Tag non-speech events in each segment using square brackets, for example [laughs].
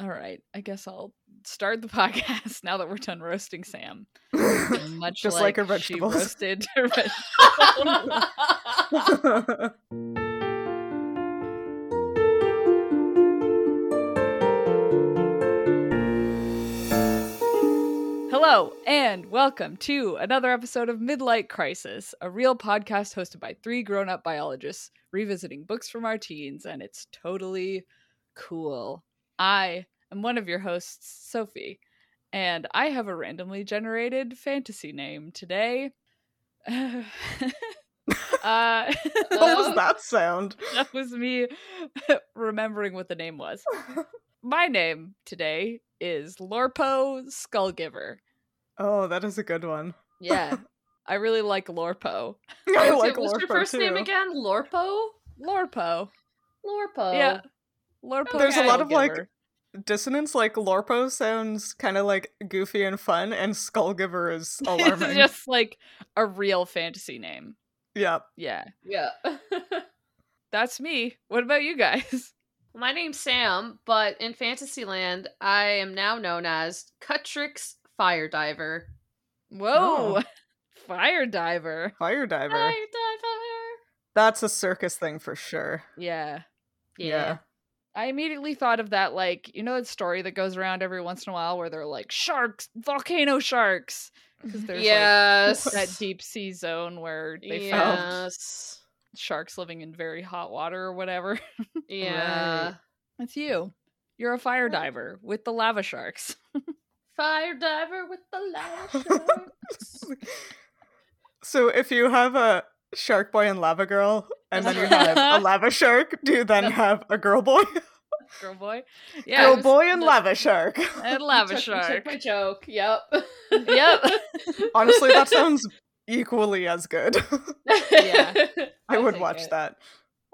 All right. I guess I'll start the [laughs] podcast now that we're done roasting [laughs] Sam. Much Just like like, her she vegetables. roasted [laughs] her vegetables. [laughs] Hello, and welcome to another episode of Midlight Crisis, a real podcast hosted by three grown up biologists revisiting books from our teens, and it's totally cool. I am one of your hosts, Sophie, and I have a randomly generated fantasy name today. [laughs] uh, [laughs] what was that sound? that was me [laughs] remembering what the name was. My name today is Lorpo Skullgiver. Oh, that is a good one. [laughs] Yeah. [laughs] I really like Lorpo. I What's like your, what's Lorpo your first name too. again? Lorpo? Lorpo. Lorpo. Yeah. Lorpo. There's a lot of, like- Skullgiver. Dissonance like Lorpo sounds kind of like goofy and fun, and Skullgiver [laughs] is [laughs] alarming. It's just like a real fantasy name. Yeah. Yeah. Yeah. [laughs] That's me. What about you guys? [laughs] My name's Sam, but in Fantasyland, I am now known as Cutrix Fire Diver. Oh. Whoa. [laughs] Fire diver. Fire Diver. Fire Diver. That's a circus thing for sure. Yeah. Yeah. I immediately thought of that, like, you know, that story that goes around every once in a while where they're like, sharks, volcano [laughs] sharks. Because there's like, yes. [laughs] that deep sea zone where they found yes. [laughs] sharks living in very hot water or whatever. [laughs] Yeah. It's you. You're a fire diver with the lava sharks. Fire Diver with [laughs] the lash. So if you have a shark boy and lava girl, and then you That's have [laughs] right. a lava shark, do you then have a girl boy? Girl boy. Yeah, girl it's boy and the- lava [laughs] shark. [laughs] And lava Took shark. my joke. Yep. [laughs] Yep. Honestly, that sounds equally as good. [laughs] Yeah. I I'll would take watch it. that.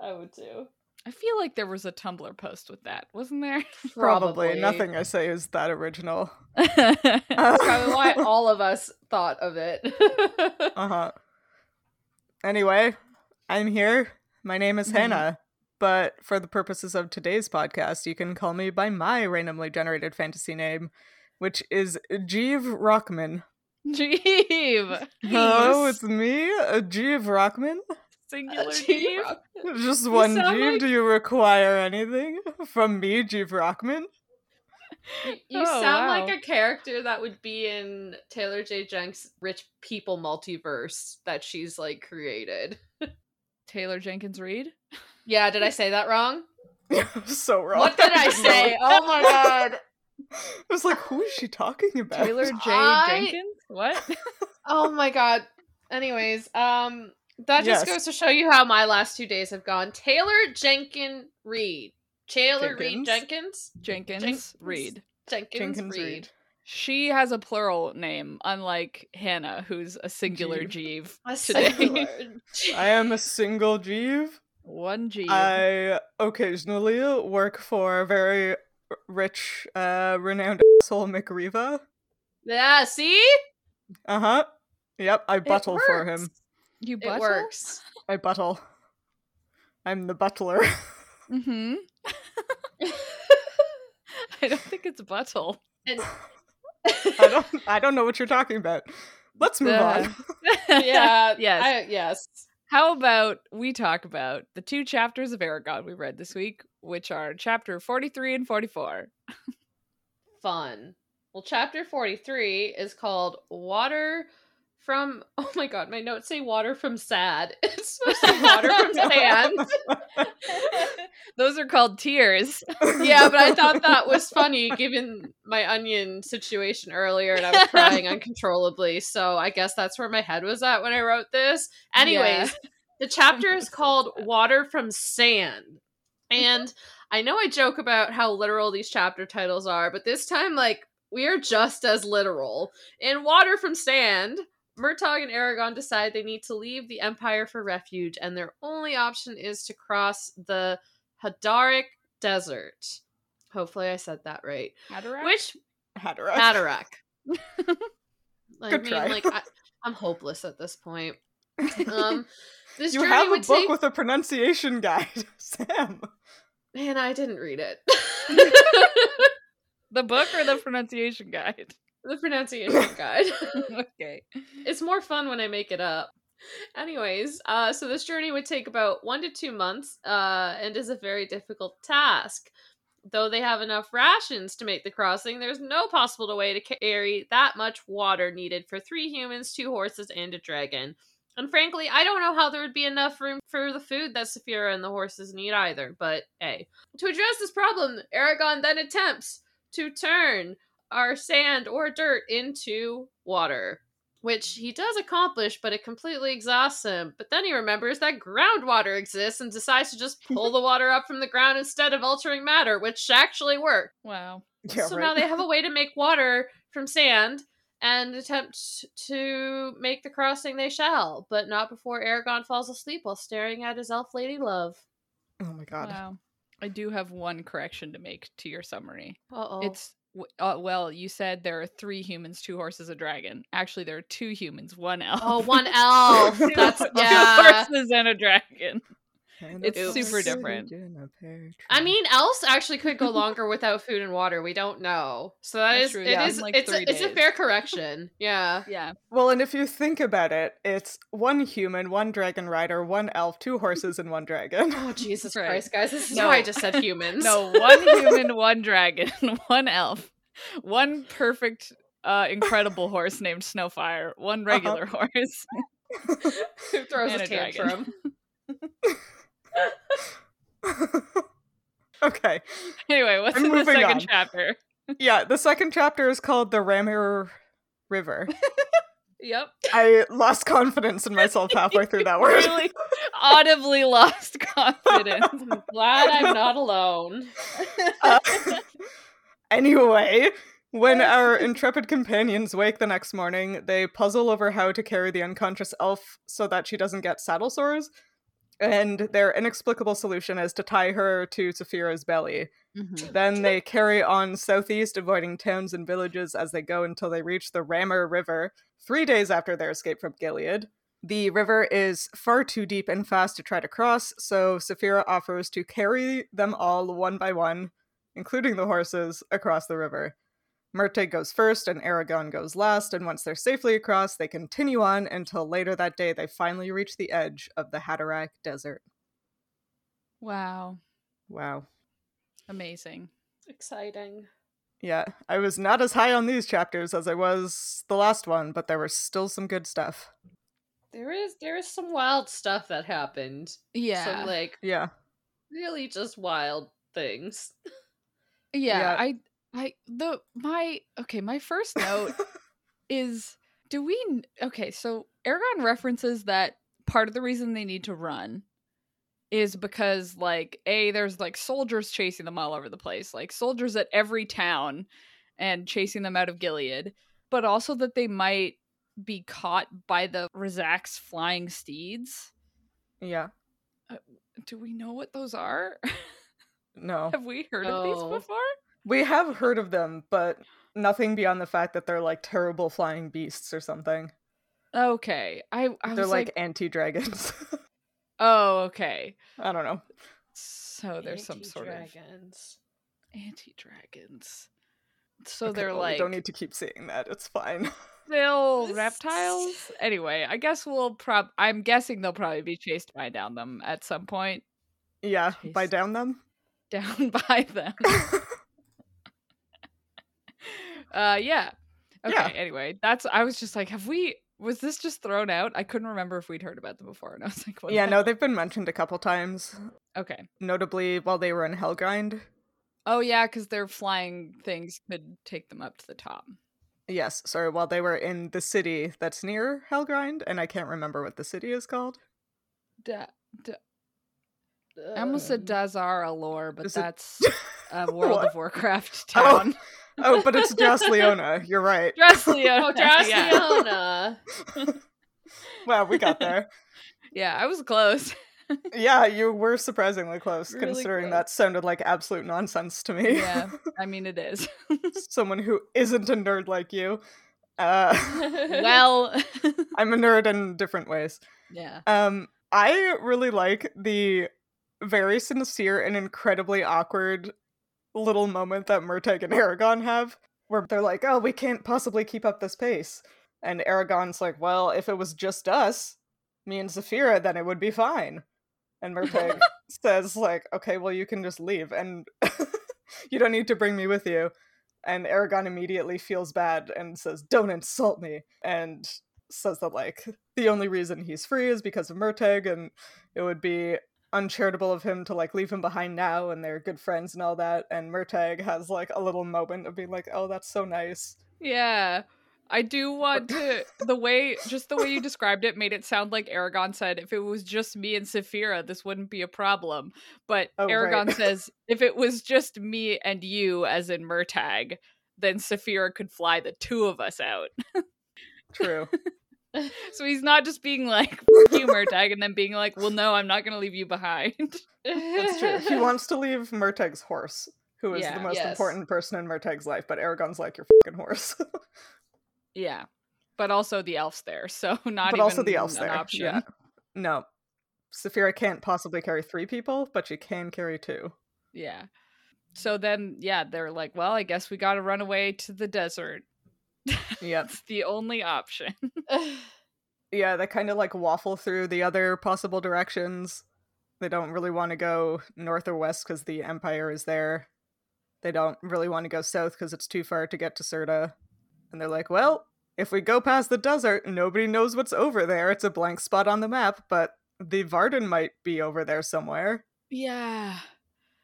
I would too. I feel like there was a Tumblr post with that, wasn't [laughs] there? [laughs] Probably. Nothing I say is that original. That's That's probably why [laughs] all of us thought of it. Uh huh. Anyway, I'm here. My name is Mm-hmm. Mhm. Hannah. But for the purposes of today's podcast, you can call me by my randomly generated fantasy name, which is Jeeve Rockman. Jeeve. Hello, Yes. it's me, uh, Jeeve Rockman. [laughs] Singular [laughs] Jeeve. Jeeve. [laughs] Just one sound Jeeve. like- Do you require anything from me, Jeeve Rockman? You, you Oh, wow. sound like a character that would be in Taylor J. Jenks' Rich People multiverse that she's like created. Taylor Jenkins Reid. Yeah, did I say that wrong? [laughs] so wrong. What did [laughs] I No. say? Oh my god. I was like, who is she talking about? [laughs] Taylor J. I- Jenkins? What? [laughs] Oh my god. Anyways, um that Yes. just goes to show you how my last two days have gone. Taylor Jenkin Reed. Taylor Reed Jenkins? Jenkins? Jenkins, Jenkins. Reid. Jenkins, Jenkins Reed. [laughs] Reid. She has a plural name, unlike Hannah, who's a singular Jeeve. A Today. singular- I am a single Jeeve. One Jeeve. I occasionally work for a very r- rich, uh, renowned asshole McReva. yeah, see? Uh huh. Yep, I buttle for him. works. you It butthole? works. I buttle. I'm the [laughs] butler. Mm-hmm. I don't think it's [laughs] butthole. And I don't. I don't know what you're talking about. Let's move Uh, [laughs] on. [laughs] yeah. Yes. I, [laughs] yes. How about we talk about the two chapters of Aragon we read this week, which are chapter 43 and [laughs] 44. Fun. Well, chapter 43 is called Water from. [laughs] Oh my god, my notes say water from sad. [laughs] It's supposed to be water [laughs] [laughs] from sand. Those are called tears. yeah, but I thought that was funny given my onion situation earlier and I was [laughs] crying uncontrollably. So I guess that's where my head was at when I wrote this. Anyways, the [laughs] chapter is called Water from Sand. And I know I joke about how literal these chapter titles are, but this time, like, we are just as literal. In Water from Sand, Murtaugh and Aragon decide they need to leave the Empire for refuge, and their only option is to cross the Hadaric Desert. Hopefully, I said that right. Cataract? [laughs] Which Hatterack. Haderach? [laughs] I Good mean, try. [laughs] like I, I'm hopeless at this point. Um, this You journey have a would book take. with a [laughs] pronunciation guide, Sam. Man, I didn't read it. The book or [laughs] the pronunciation guide? [laughs] The pronunciation guide. okay. it's more fun when I make it up. Anyways, uh, so this journey would take about one to two months uh, and is a very difficult task. Though they have enough rations to make the crossing, there's no possible way to carry that much water needed for three humans, two horses, and a dragon. And frankly, I don't know how there would be enough room for the food that Saphira and the horses need either, but hey. To address this problem, Aragon then attempts to turn our sand or dirt into water which he does accomplish, but it completely exhausts him. But then he remembers that groundwater exists and decides [laughs] to just pull the water up from the ground instead of altering matter, which actually worked. Wow. Yeah, so right. now they have a [laughs] way to make water from sand and attempt to make the crossing they shall, but not before Aragon falls asleep while staring at his elf lady love. Oh my god. Wow. I do have one correction to make to your summary. Uh oh. It's w- uh, well, you said there are three humans, two horses, a dragon. Actually, there are two humans, one elf. Oh, [laughs] one elf. Two- That's two yeah. horses and a dragon. And It's a super fruit different. in a pear tree. I mean, elves actually could go longer without food and water. We don't know, so that That's is true, it yeah, is- in, like, it's three a, it's a days. fair correction. Yeah, Yeah. well, and if you think about it, it's one human, one dragon rider, one elf, two horses, and one dragon. [laughs] Oh Jesus Right. Christ, guys! This is No. why I [laughs] just said [laughs] humans. No, one human, one dragon, [laughs] one elf, one perfect, uh, incredible horse named Snowfire, one regular horse. [laughs] who throws And a a dragon. [laughs] tantrum? okay. Anyway, what's I'm in the moving second [laughs] on. chapter? Yeah, the second chapter is called The Ramir River. Yep. I lost confidence in myself halfway through [laughs] that word. Really audibly lost [laughs] confidence. I'm glad I'm not alone. Uh, anyway, when our intrepid companions wake the next morning, they puzzle over how to carry the unconscious elf so that she doesn't get saddle sores. And their inexplicable solution is to tie her to Saphira's belly. Then they carry on southeast, avoiding towns and villages as they go until they reach the Rammer River, three days after their escape from Gilead. The river is far too deep and fast to try to cross, so Saphira offers to carry them all one by one, including the horses, across the river. Myrte goes first and Aragon goes last, and once they're safely across, they continue on until later that day they finally reach the edge of the Hatterack Desert. Wow. Wow. Amazing. [laughs] Exciting. Yeah, I was not as high on these chapters as I was the last one, but there was still some good stuff. There is there is some wild stuff that happened. Yeah. Some like Yeah. really just wild things. yeah. yeah. I I the my okay, my first note is do we kn- okay, so Aragon references that part of the reason they need to run is because like a there's like soldiers chasing them all over the place, like soldiers at every town and chasing them out of Gilead, but also that they might be caught by the Razak's flying steeds. [laughs] yeah. Do we know what those are? [laughs] No. Have we heard of these No. before? We have heard of them, but nothing beyond the fact that they're like terrible flying beasts or something. Okay. I, I they're was like, like, anti dragons. oh, okay. [laughs] I don't know. So there's some sort of dragons. anti dragons. So Okay, they're well, like We don't need to keep seeing that. It's fine. [laughs] still reptiles. Anyway, I guess we'll prob. I'm guessing they'll probably be chased by down them at some point. [laughs] yeah. By Jeez. down them? Down [laughs] by them. uh, yeah. Okay. Yeah. Anyway, that's. I was just like, have we? Was this just thrown out? I couldn't remember if we'd heard about them before, and I was [laughs] like, what [laughs] yeah, the no, they've been mentioned a couple times, hell? Okay. notably while they were in Hellgrind. Oh yeah, because their flying things could take them up to the top. Yes, sorry, while they were in the city that's near Hellgrind, and I can't remember what the city is called. Da- I almost said Um, Dazara lore, but is it- [laughs] that's a World What? of Warcraft Oh. town. Oh, but it's Joss Leona. You're [laughs] right. Dracleona. [laughs] [laughs] Oh, Yeah. Draciona. [laughs] Wow, we got there. yeah, I was close. Yeah, you were surprisingly close, Really considering close. that sounded like absolute nonsense to [laughs] me. Yeah, I mean it is. [laughs] [laughs] Someone who isn't a nerd like you. Uh, [laughs] well, [laughs] I'm a nerd in different ways. yeah. Um, I really like the very sincere and incredibly awkward little moment that Murtagh and Aragon have where they're like, oh, we can't possibly keep up this pace. And Aragon's like, well, if it was just us, me and Zafira, then it would be fine. And Murtagh says, like, okay, well, you can just leave and [laughs] you don't need to bring me with you. And Aragon immediately feels bad and says, don't insult me. And says that, like, the only reason he's free is because of Murtagh and it would be uncharitable of him to like leave him behind now and they're good friends and all that and Murtagh has like a little moment of being like oh that's so nice Yeah. I do want to the way just the way you described it made it sound like Aragon said if it was just me and Saphira this wouldn't be a problem. But Oh, right. Aragon [laughs] says if it was just me and you as in Murtag, then Saphira could fly the two of us out. [laughs] true So he's not just being like "F you Murtag and then being like, "Well no, I'm not going to leave you behind." that's [laughs] true he wants to leave Murtagh's horse who is Yeah. the most Yes. important person in Murtagh's life but Aragon's like your fucking horse [laughs] yeah. But also the elves there. [laughs] So not but even also the elves an there option. yeah no Saphira can't possibly carry three people but she can carry two [laughs] Yeah. So then, yeah, they're like, well, I guess we got to run away to the desert. [laughs] yep That's the only option. [laughs] [laughs] yeah they kind of like waffle through the other possible directions they don't really want to go north or west because the empire is there they don't really want to go south because it's too far to get to Serta. and they're like well if we go past the desert nobody knows what's over there it's a blank spot on the map but the varden might be over there somewhere Yeah.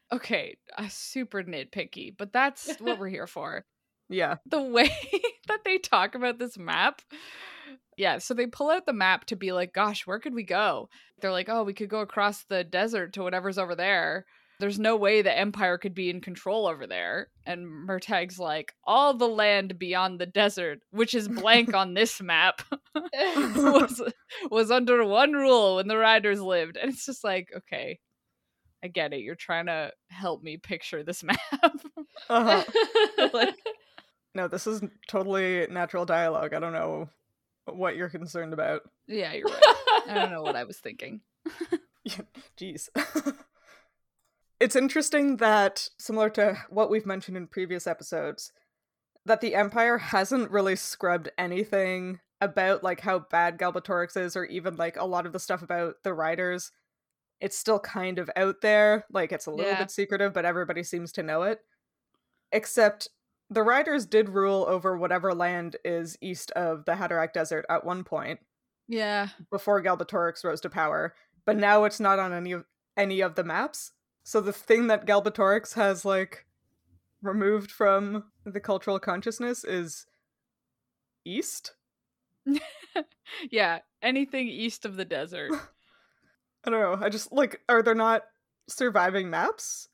Okay, uh, super nitpicky, but that's what we're here for. yeah The way [laughs] that they talk about this map. Yeah, so they pull out the map to be like, gosh, where could we go? They're like, oh, we could go across the desert to whatever's over there. There's no way the Empire could be in control over there. And Murtag's like, all the land beyond the desert, which is blank on this map. [laughs] was was under one rule when the riders lived and it's just like okay i get it you're trying to help me picture this map [laughs] uh-huh. Oh. [laughs] no this is totally natural dialogue i don't know what you're concerned about yeah you're right [laughs] i don't know what i was thinking Yeah, Jeez. [laughs] it's interesting that, similar to what we've mentioned in previous episodes, that the Empire hasn't really scrubbed anything about like how bad Galbatorix is, or even like a lot of the stuff about the riders. It's still kind of out there. Like it's a little Yeah. bit secretive, but everybody seems to know it. Except the riders did rule over whatever land is east of the Hatterack Desert at one point yeah before Galbatorix rose to power, but now it's not on any of any of the maps. So the thing that Galbatorix has like removed from the cultural consciousness is east. yeah anything east of the [laughs] desert I don't know. I just like are there not surviving maps?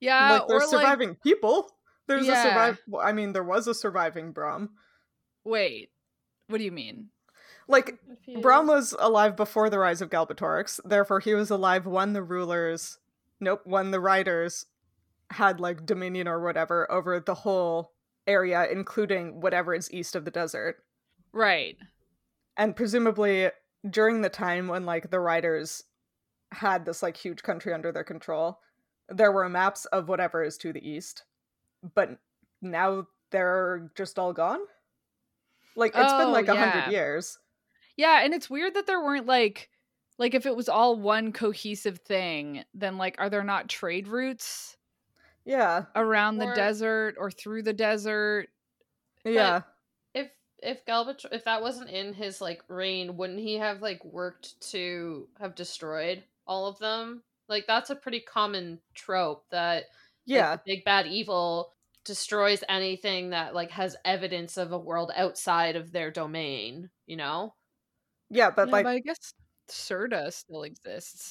yeah like Uh, or there's surviving people. There's Yeah. a survive. Well, I mean, there was a surviving Brom. like wait what do you mean Like Brahm was alive before the rise of Galbatorix, therefore he was alive when the rulers, nope, when the riders had like dominion or whatever over the whole area, including whatever is east of the desert. right And presumably during the time when like the riders had this like huge country under their control, there were maps of whatever is to the east. But now they're just all gone? Like it's Oh, been like a yeah. hundred years. yeah and it's weird that there weren't like like if it was all one cohesive thing then like are there not trade routes Yeah. around the Or- desert or through the desert Yeah. if if Galbatr if that wasn't in his like reign, wouldn't he have like worked to have destroyed all of them? Like that's a pretty common trope that like, Yeah. the big bad evil destroys anything that like has evidence of a world outside of their domain, you know? Yeah, but Yeah, like I guess Serta still exists.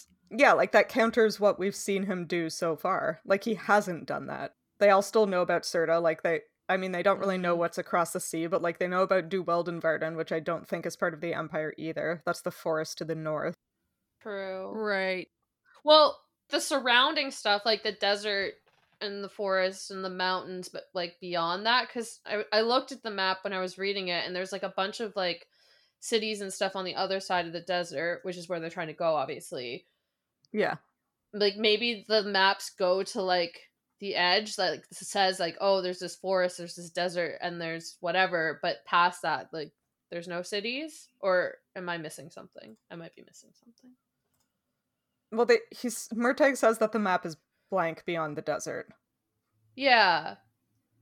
yeah, like that counters what we've seen him do so far. Like he hasn't done that. They all still know about Serta. Like they, I mean, they don't really know Mm-hmm. Mhm. what's across the sea, but like they know about Duwelden Varden, which I don't think is part of the Empire either. That's the forest to the north. True. Right. Well, the surrounding stuff, like the desert and the forest and the mountains, but like beyond that, because I, I looked at the map when I was reading it, and there's like a bunch of like cities and stuff on the other side of the desert, which is where they're trying to go, obviously. Yeah, Like maybe the maps go to like the edge that like, says like oh there's this forest there's this desert and there's whatever but past that like there's no cities or am i missing something i might be missing something Well, they, he's Murtag says that the map is blank beyond the desert. yeah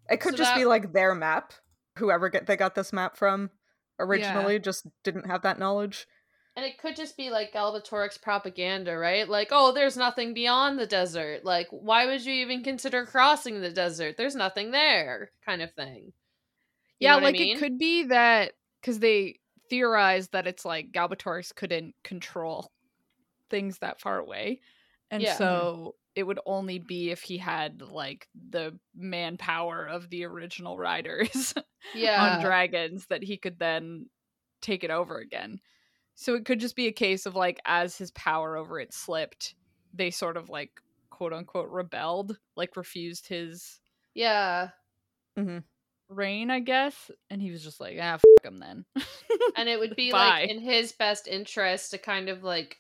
It could So just be that- like their map. Whoever get, they got this map from originally just didn't have that knowledge. and it could just be like galbatorix propaganda right like oh there's nothing beyond the desert like why would you even consider crossing the desert there's nothing there kind of thing You yeah, know what I like mean? it could be that because they theorized that it's like Galbatorix couldn't control things that far away, and Yeah. Mhm. so it would only be if he had like the manpower of the original riders [laughs] yeah on dragons that he could then take it over again. So it could just be a case of like as his power over it slipped, they sort of like quote unquote rebelled, like refused his yeah reign, I guess, and he was just like, ah, f him then. and it would be Bye. like in his best interest to kind of like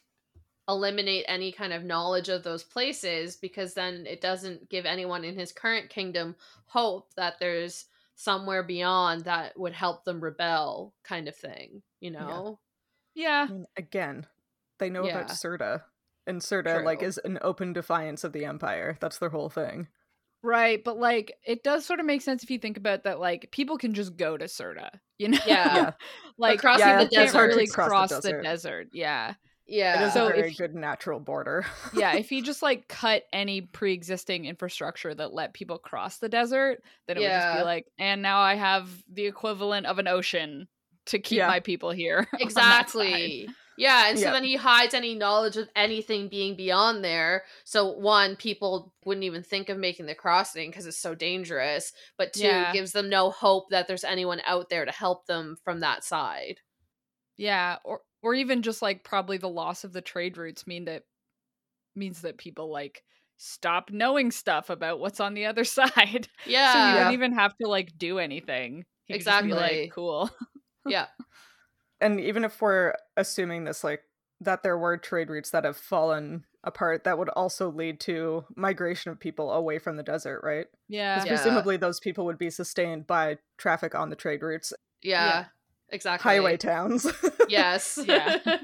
eliminate any kind of knowledge of those places because then it doesn't give anyone in his current kingdom hope that there's somewhere beyond that would help them rebel kind of thing you know [laughs] yeah, I mean, again, they know about Yeah. Serta, and Serta like True. is an open defiance of the Empire. That's their whole thing. right. But like, it does sort of make sense if you think about that. Like, people can just go to Serta, you know? [laughs] Yeah. Yeah. like crossing yeah, the you can't desert- really It's hard cross, to cross the the, desert. desert. Yeah, [laughs] yeah It is So a if very he- good natural border. [laughs] yeah. If he just like cut any pre-existing infrastructure that let people cross the desert, then it would just Yeah. be like, and now I have the equivalent of an ocean to keep Yeah. my people here. [laughs] on that side. Exactly. Yeah, and so Yeah. then he hides any knowledge of anything being beyond there. So one, people wouldn't even think of making the crossing because it's so dangerous. But two, Yeah. gives them no hope that there's anyone out there to help them from that side. Yeah, or or even just like probably the loss of the trade routes mean that means that people like stop knowing stuff about what's on the other [laughs] side. so you Yeah, wouldn't even have to like do anything. You could just be Exactly. like, cool. and even if we're assuming this like that there were trade routes that have fallen apart that would also lead to migration of people away from the desert right 'Cause Yeah. Yeah. presumably those people would be sustained by traffic on the trade routes yeah, yeah. exactly. highway towns [laughs] Yes. [laughs] Yeah.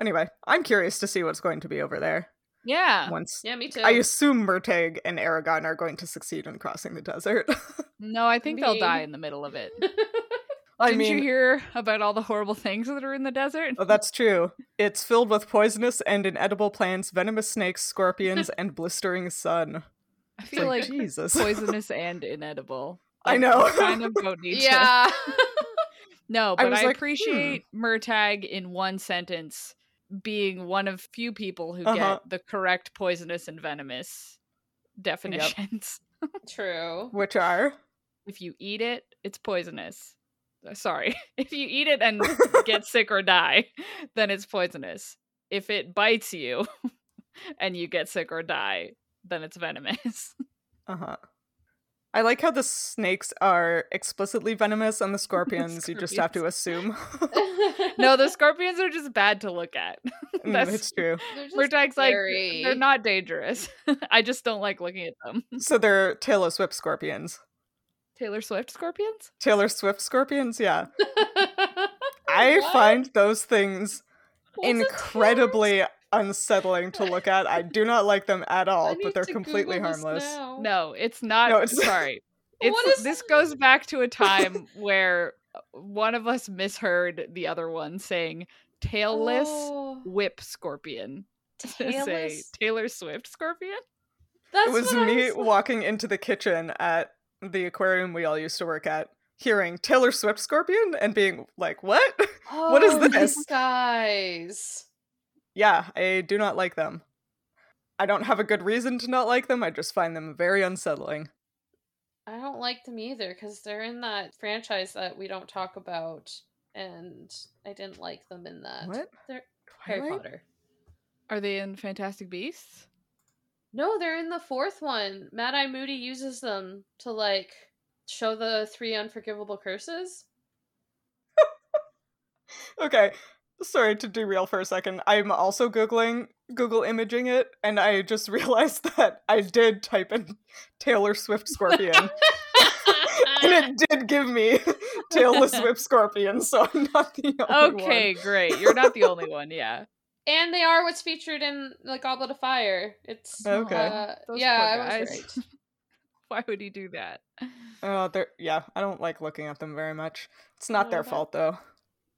anyway i'm curious to see what's going to be over there Yeah. once [laughs] yeah, me too. i assume murtag and aragon are going to succeed in crossing the desert [laughs] No, I think they'll die Mean. in the middle of it. i Didn't mean you hear about all the horrible things that are in the desert? Oh, that's true. It's filled with poisonous and inedible plants, venomous snakes, scorpions, and blistering sun. I It's feel like Jesus. poisonous and inedible. I Like, know. we kind of [laughs] don't need to- yeah. [laughs] No, I but was I, like, "Hmm." appreciate Murtag in one sentence being one of few people who Uh-huh. get the correct poisonous and venomous definitions. [laughs] True. [laughs] Which are If you eat it, it's poisonous. Uh, Sorry. [laughs] If you eat it [laughs] and get sick or die, [laughs] then it's poisonous. If it bites you [laughs] and you get sick or die, then it's venomous. [laughs] Uh huh. I like how the snakes are explicitly venomous and the scorpions, you just have to assume. [laughs] no, the scorpions are just bad to look at. [laughs] Mm, That's- it's true. They're just Murtag's like, scary. they're not dangerous. [laughs] I just don't like looking at them. So they're Taylor Swift scorpions. Taylor Swift scorpions? Taylor Swift scorpions, yeah. [laughs] I What? find those things What's a incredibly unsettling to look at. I do not like them at I all, need but they're to completely Google this harmless. now. No, it's not. No, it's- [laughs] sorry. It's, What is- this goes back to a [laughs] time where uh, one of us misheard the other one saying tailless Oh, whip scorpion. [laughs] [laughs] to Say tailless- Taylor Swift scorpion? That's it was what I me was- walking into the kitchen at the aquarium we all used to work at, hearing Taylor Swift scorpion and being like, what? [laughs] what is Oh, [laughs] this? these Guys. Yeah, I do not like them. I don't have a good reason to not like them. I just find them very unsettling. I don't like them either because they're in that franchise that we don't talk about, and I didn't like them in that. What? They're Harry Potter. Are they in Fantastic [laughs] Beasts? No, they're in the fourth one. Mad Eye Moody uses them to like show the three unforgivable curses. Okay. sorry to derail for a second. I'm also googling Google imaging it, and I just [laughs] realized that I did type in Taylor Swift scorpion, [laughs] and it did give me [laughs] Taylor Swift scorpion. So I'm not the only Okay, great. You're not the only one. Yeah. [laughs] and they are what's featured in the Goblet of Fire. It's Okay. uh, Those yeah, poor I was guys. right. [laughs] Why would he do that? one. Uh, Oh, they're yeah. I don't like looking at them very much. It's not No, their but- fault though.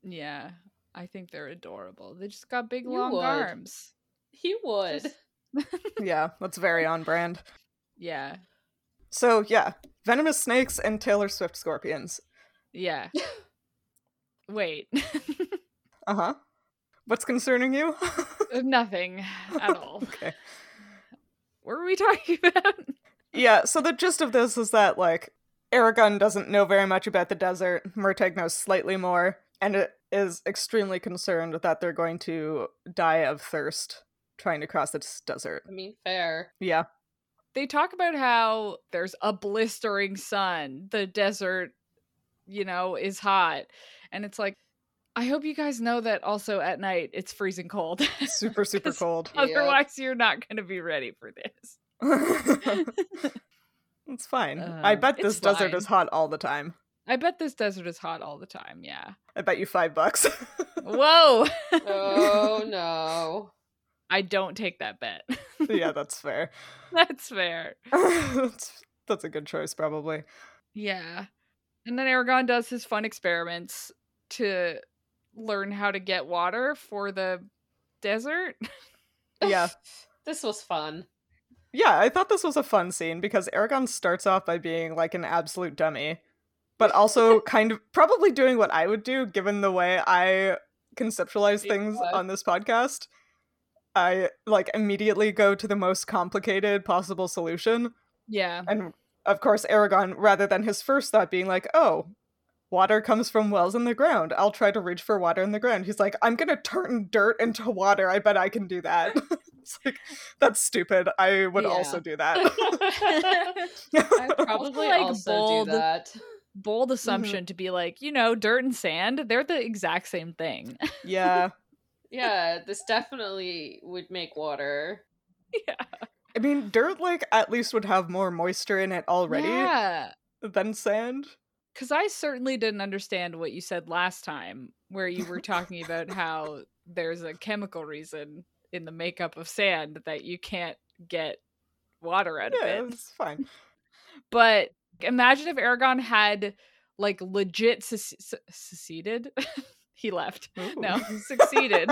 Yeah. I think they're adorable. They just got big You long would. arms. [laughs] He would. Just- Yeah, that's very on brand. Yeah. So yeah, venomous snakes and Taylor Swift scorpions. Yeah. [laughs] Wait. [laughs] Uh huh. What's concerning you? [laughs] Nothing at all. okay. What were we talking [laughs] about? Yeah, so the gist of this is that, like, Aragon doesn't know very much about the desert. Murtag knows slightly more, and it is extremely concerned that they're going to die of thirst trying to cross this desert. I mean, fair. Yeah. They talk about how there's a blistering sun. The desert, you know, is hot. And it's like, I hope you guys know that also at night it's freezing cold. [laughs] Super, super 'Cause cold. Yep. Otherwise, you're not going to be ready for this. [laughs] it's fine. I Um, bet it's this desert fine. is hot all the time. I bet this desert is hot all the time. Yeah. I bet you [laughs] five bucks. [laughs] Whoa. [laughs] Oh no. I don't take that bet. yeah, that's fair. [laughs] [laughs] That's fair. that's, that's a good choice, probably. Yeah. And then Aragon does his fun experiments to learn how to get water for the desert. [laughs] Yeah. [laughs] this was fun. Yeah, I thought this was a fun scene because Aragon starts off by being like an absolute dummy, [laughs] but also kind of probably doing what I would do given the way I conceptualize Yeah. things on this podcast. I like immediately go to the most complicated possible solution. Yeah. And of course, Aragon, rather than his first thought being like, oh, water comes from wells in the ground. I'll try to reach for water in the ground. He's like, I'm going to turn dirt into water. I bet I can do that. [laughs] it's like, that's stupid. [laughs] I would Yeah. also do that. [laughs] I probably like, also bold- do that. Bold assumption to be like, you know, dirt and sand, they're the exact same thing. [laughs] yeah. Yeah, this definitely would make [laughs] water. I mean, dirt, like, at least would have more moisture in it already Yeah. than sand. Because I certainly didn't understand what you said last time, where you were talking about how there's a chemical reason in the makeup of sand that you can't get water out Yeah, of it. it's fine. But imagine if Aragon had like legit sec- sec- seceded. [laughs] he left. No, [laughs] Ooh. [laughs] succeeded.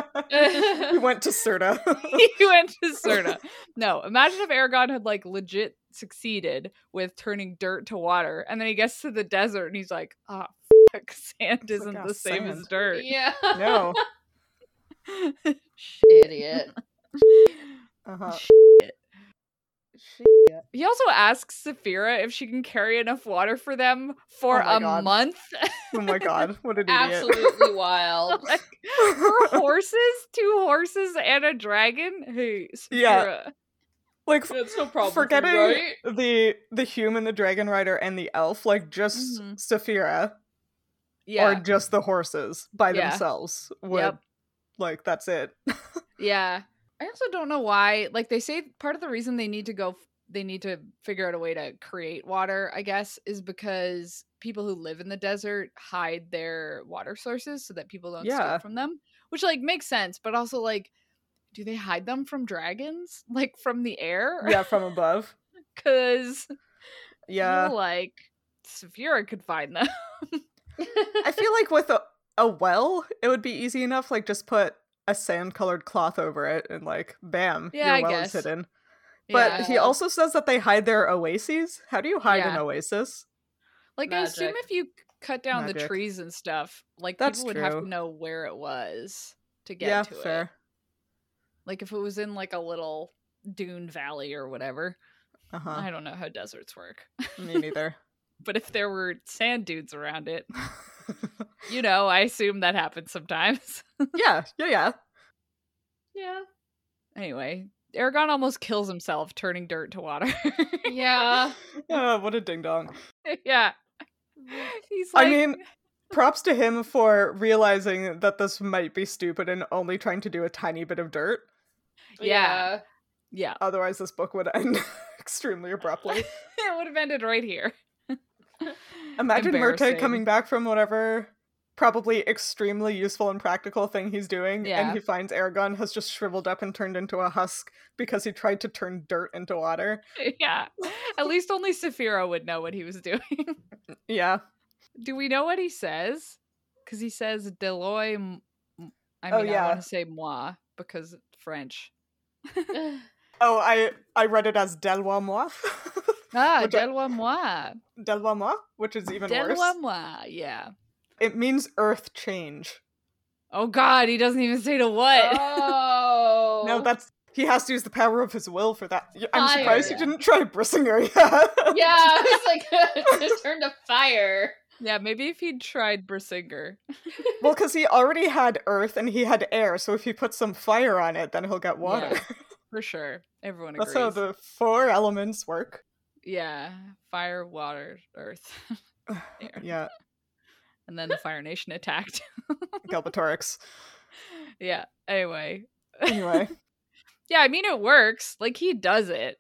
we went to Serta. [laughs] he went to Serta. No, imagine if Aragon had like legit succeeded with turning dirt to water, and then he gets to the desert and he's like, "Ah, fuck, [laughs] sand It's like, isn't "Ah, the same as sand." dirt." [laughs] yeah. no. [laughs] Idiot. Uh-huh. He also asks Saphira if she can carry enough water for them for Oh my a God. month. Oh my god, what an idiot. [laughs] Absolutely wild. like, for horses, two horses and a dragon. Hey, Saphira. Yeah. like, That's no problem. for you, forgetting right? the the human, the dragon rider, and the elf, like just Mhm. Saphira Yeah. or just the horses by Yeah. themselves would Yep. like that's it. [laughs] Yeah. I also don't know why. Like they say part of the reason they need to go they need to figure out a way to create water, I guess, is because people who live in the desert hide their water sources so that people don't Yeah. steal from them, which like makes sense, but also like do they hide them from dragons? [laughs] Like from the air? [laughs] yeah, from above. Cuz Yeah, like Saphira could find them. [laughs] [laughs] I feel like with a, a well, it would be easy enough. Like just put a sand colored cloth over it, and like bam, Yeah, your I well guess. is hidden. But he Yeah. also says that they hide their oases. How do you hide an Yeah. oasis? Like I assume Magic. if you cut down the Magic. trees and stuff, like That's people would have to true. know where it was to get yeah, to fair. it. Like if it was in like a little dune valley or whatever. Uh huh. I don't know how deserts work. [laughs] Me neither. [laughs] But if there were sand dunes around it, you know, I assume that happens sometimes. [laughs] yeah, yeah, yeah. [laughs] Yeah. anyway, Aragon almost kills himself turning dirt to water. [laughs] Yeah. [laughs] Ah, Uh, what a ding dong. yeah. He's I like mean, Props to him for realizing that this might be stupid and only trying to do a tiny bit of dirt. Yeah. Yeah. Otherwise, this book would end [laughs] extremely abruptly. it would have ended right here. Imagine Murtagh Embarrassing. coming back from whatever probably extremely useful and practical thing he's doing, Yeah. and he finds Aragon has just shriveled up and turned into a husk because he tried to turn dirt into water. [laughs] yeah. At least only Sephiro would know what he was [laughs] doing. Yeah. Do we know what he says? Because he says Deloy. m- m- I mean, Oh, I yeah. want to say moi because [laughs] French. Oh, I I read it as Delwa [laughs] moi. Ah, Which I- Deloy moi. Delwa moi, which is [laughs] even Deloy worse. moi. Yeah. It means earth change. Oh God, he doesn't even say to what. oh. No, that's [laughs] he has to use the power of his will for that. Y- I'm surprised you Fire. didn't try Brissinger yet. [laughs] Yeah, I was like, [laughs] just turned to fire. [laughs] yeah, maybe if he'd tried Brisinger. Well, because he already had earth and he had air, so if he puts some fire on it, then he'll get water. Yeah, for sure. Everyone agrees. [laughs] That's how the four elements work. yeah, fire, water, earth, [laughs] air. [sighs] Yeah, and then the Fire Nation attacked. [laughs] Galbatorix. yeah. Anyway. Anyway, Yeah, I mean it works. Like he does it.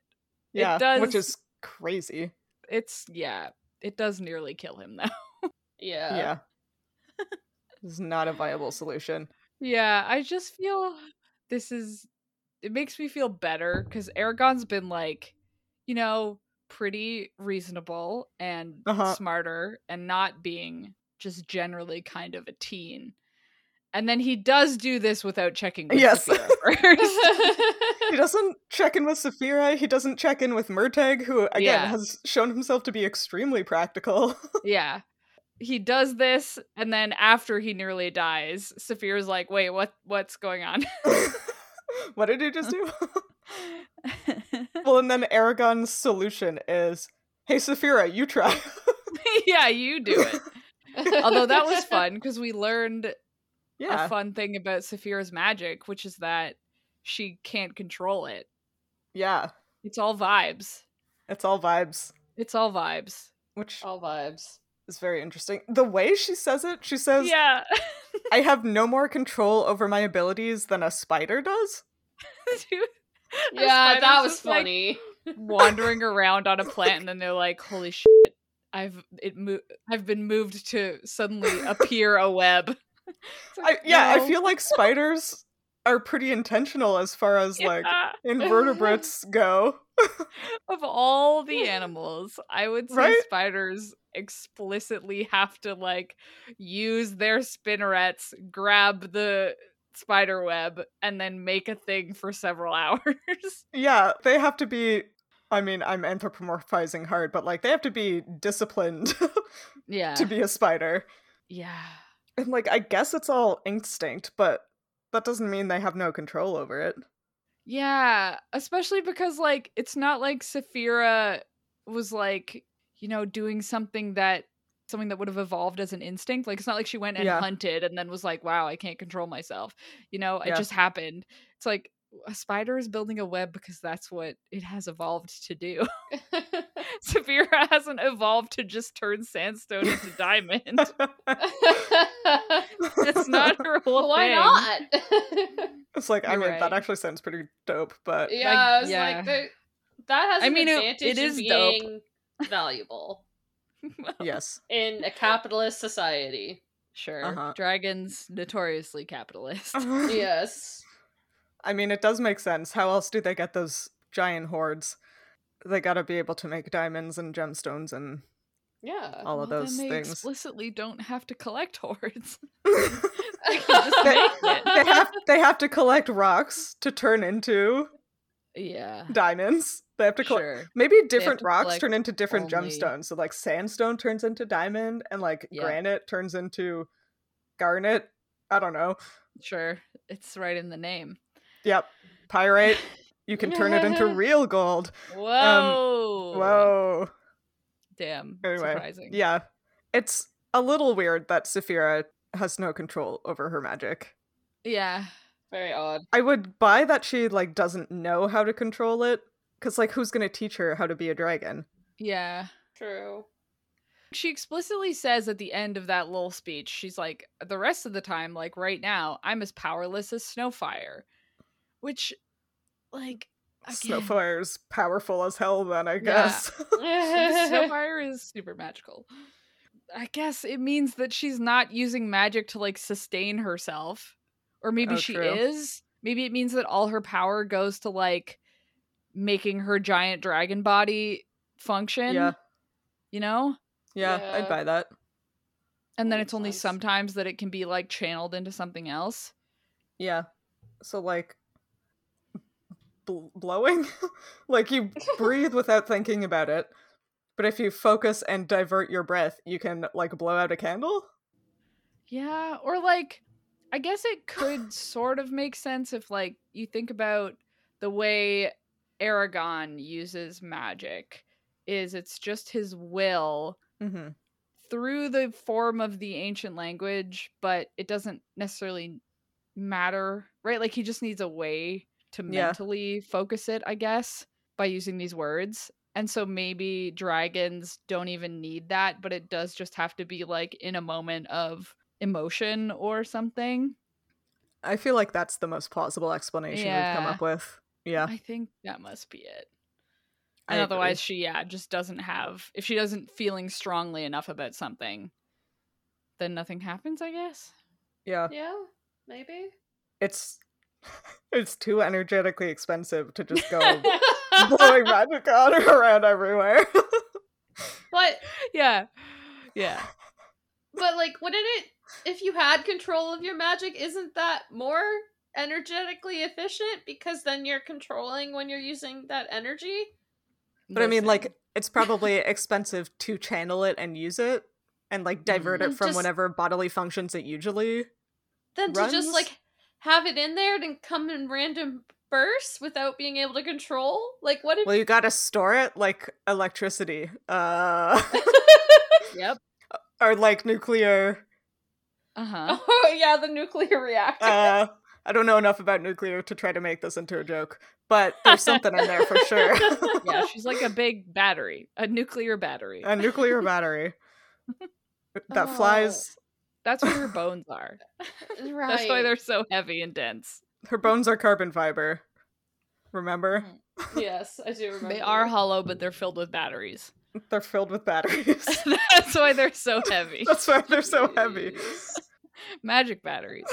yeah, which does- is crazy. It's yeah. It does nearly kill him though. [laughs] Yeah. [laughs] Yeah, it's not a viable solution. Yeah, I just feel this is it makes me feel better because Aragon's been like, you know, pretty reasonable and Uh-huh. smarter and not being just generally kind of a teen. And then he does do this without checking with Yes. Saphira [laughs] first. [laughs] He doesn't check in with Saphira. He doesn't check in with Murtag, who again Yeah. has shown himself to be extremely [laughs] practical. [laughs] yeah. He does this and then after he nearly dies, Saphira's like, "Wait, what what's going [laughs] on?" [laughs] what did he just do? [laughs] Well, and then Aragon's solution is, "Hey, Saphira, you try." Oh, yeah, you do it. Although that [laughs] was fun because we learned a [laughs] yeah, fun thing about Saphira's magic, which is that she can't control it. yeah. It's all vibes. It's all vibes, It's all vibes. Oh. which [laughs] All vibes. is very interesting. The way she says it, she says, Yeah. [laughs] "I have no more control over my abilities than a spider does." Dude, the Yeah, that spiders was just, like, funny. [laughs] [laughs] wandering around on a plant and then they're like, "Holy shit. I've it mo- I've been moved to suddenly appear a web." It's I, like, yeah, no. I feel like spiders are pretty intentional as far [laughs] as like Yeah. invertebrates go. of all [laughs] the animals, I would say Right? spiders explicitly have to like use their spinnerets, grab the spider web, and then make a thing for several [laughs] hours. Yeah, they have to be. I mean, I'm anthropomorphizing hard, but like they have to be disciplined [laughs] yeah. to be a spider. yeah. And like, I guess it's all instinct, but that doesn't mean they have no control over it. Yeah. Especially because like it's not like Saphira was like, you know, doing something that something that would have evolved as an instinct. Like it's not like she went and Yeah. hunted and then was like, wow, I can't control myself. You know, it Yeah. just happened. It's like a spider is building a web because that's what it has evolved to [laughs] do. [laughs] Saphira hasn't evolved to just turn sandstone into diamond. [laughs] It's not her whole well, why thing. not? [laughs] It's like, I You're mean, right. that actually sounds pretty dope, but yeah, I was yeah. like, the, that has I an mean, it- advantage it is in dope. being valuable yes. [laughs] in a capitalist society. Sure. Uh-huh. Dragons notoriously capitalist. Yes. I mean, it does make sense. How else do they get those giant hordes? They gotta be able to make diamonds and gemstones and Yeah. [laughs] all of Well, those then they things. explicitly don't have to collect [laughs] hordes. they, just make [laughs] they [laughs] have, they have to collect rocks to turn into Yeah. diamonds. They have to collect. Sure. Maybe different to rocks collect turn into different only- gemstones. So like sandstone turns into diamond and like Yeah. granite turns into garnet. I don't know. Sure. It's right in the name. [laughs] Yep. Pyrite. You can turn it into real gold. Whoa. Whoa. Damn. Anyway, Surprising. Yeah. It's a little weird that Saphira has no control over her magic. Yeah. [laughs] Very odd. I would buy that she like doesn't know how to control it cuz like who's going to teach her how to be a dragon? Yeah. True. she explicitly says at the end of that little speech, she's like, the rest of the time, like right now, I'm as powerless as Snowfire. Which, like, again, Snowfire's powerful as hell, then, I guess. [laughs] [laughs] Snowfire is super magical. I guess it means that she's not using magic to like sustain herself. Or maybe Oh, she true. is. Maybe it means that all her power goes to like making her giant dragon body function. Yeah. You know? yeah, Yeah. I'd buy that. And then That it's only makes sense. sometimes that it can be like channeled into something else. Yeah. So, like, bl- blowing? [laughs] like, you [laughs] breathe without thinking about it. But if you focus and divert your breath, you can, like, blow out a candle? Yeah, or like I guess it could sort of make sense if like you think about the way Aragon uses magic is it's just his will Mm-hmm. through the form of the ancient language, but it doesn't necessarily matter, right? Like he just needs a way to Yeah. mentally focus it, I guess, by using these words. And so maybe dragons don't even need that, but it does just have to be like in a moment of emotion or something. I feel like that's the most plausible explanation we've Yeah. come up with. Yeah. I think that must be it. I And agree. otherwise, she, yeah, just doesn't have, if she doesn't feeling strongly enough about something, then nothing happens, I guess. [laughs] Yeah. yeah, maybe. It's [laughs] it's too energetically expensive [laughs] to just go Oh. [laughs] blowing magic on [laughs] around everywhere. but yeah. Yeah. but like wouldn't it if you had control of your magic isn't that more energetically efficient because then you're controlling when you're using that energy but I mean like it's probably expensive to channel it and use it and like divert it Mm, from just- whatever bodily functions it usually. than to Runs? just like have it in there and come in random bursts without being able to control like what if [laughs] Well, you got to store it like electricity. Uh [laughs] Yep. or like nuclear Uh [laughs] huh. oh yeah the nuclear reactor [laughs] uh I don't know enough about nuclear to try to make this into a joke, but there's something in there for sure. [laughs] Yeah, she's like a big battery, a nuclear battery. a nuclear [laughs] battery that Oh. flies. That's [laughs] where her bones are. right That's why they're so heavy and dense. Oh. Her bones are carbon fiber. Remember? Mm-hmm. yes i do remember They are hollow, but they're filled with batteries. [laughs] They're filled with [laughs] batteries. [laughs] That's why they're so heavy. That's why they're so heavy. Jeez. Magic batteries.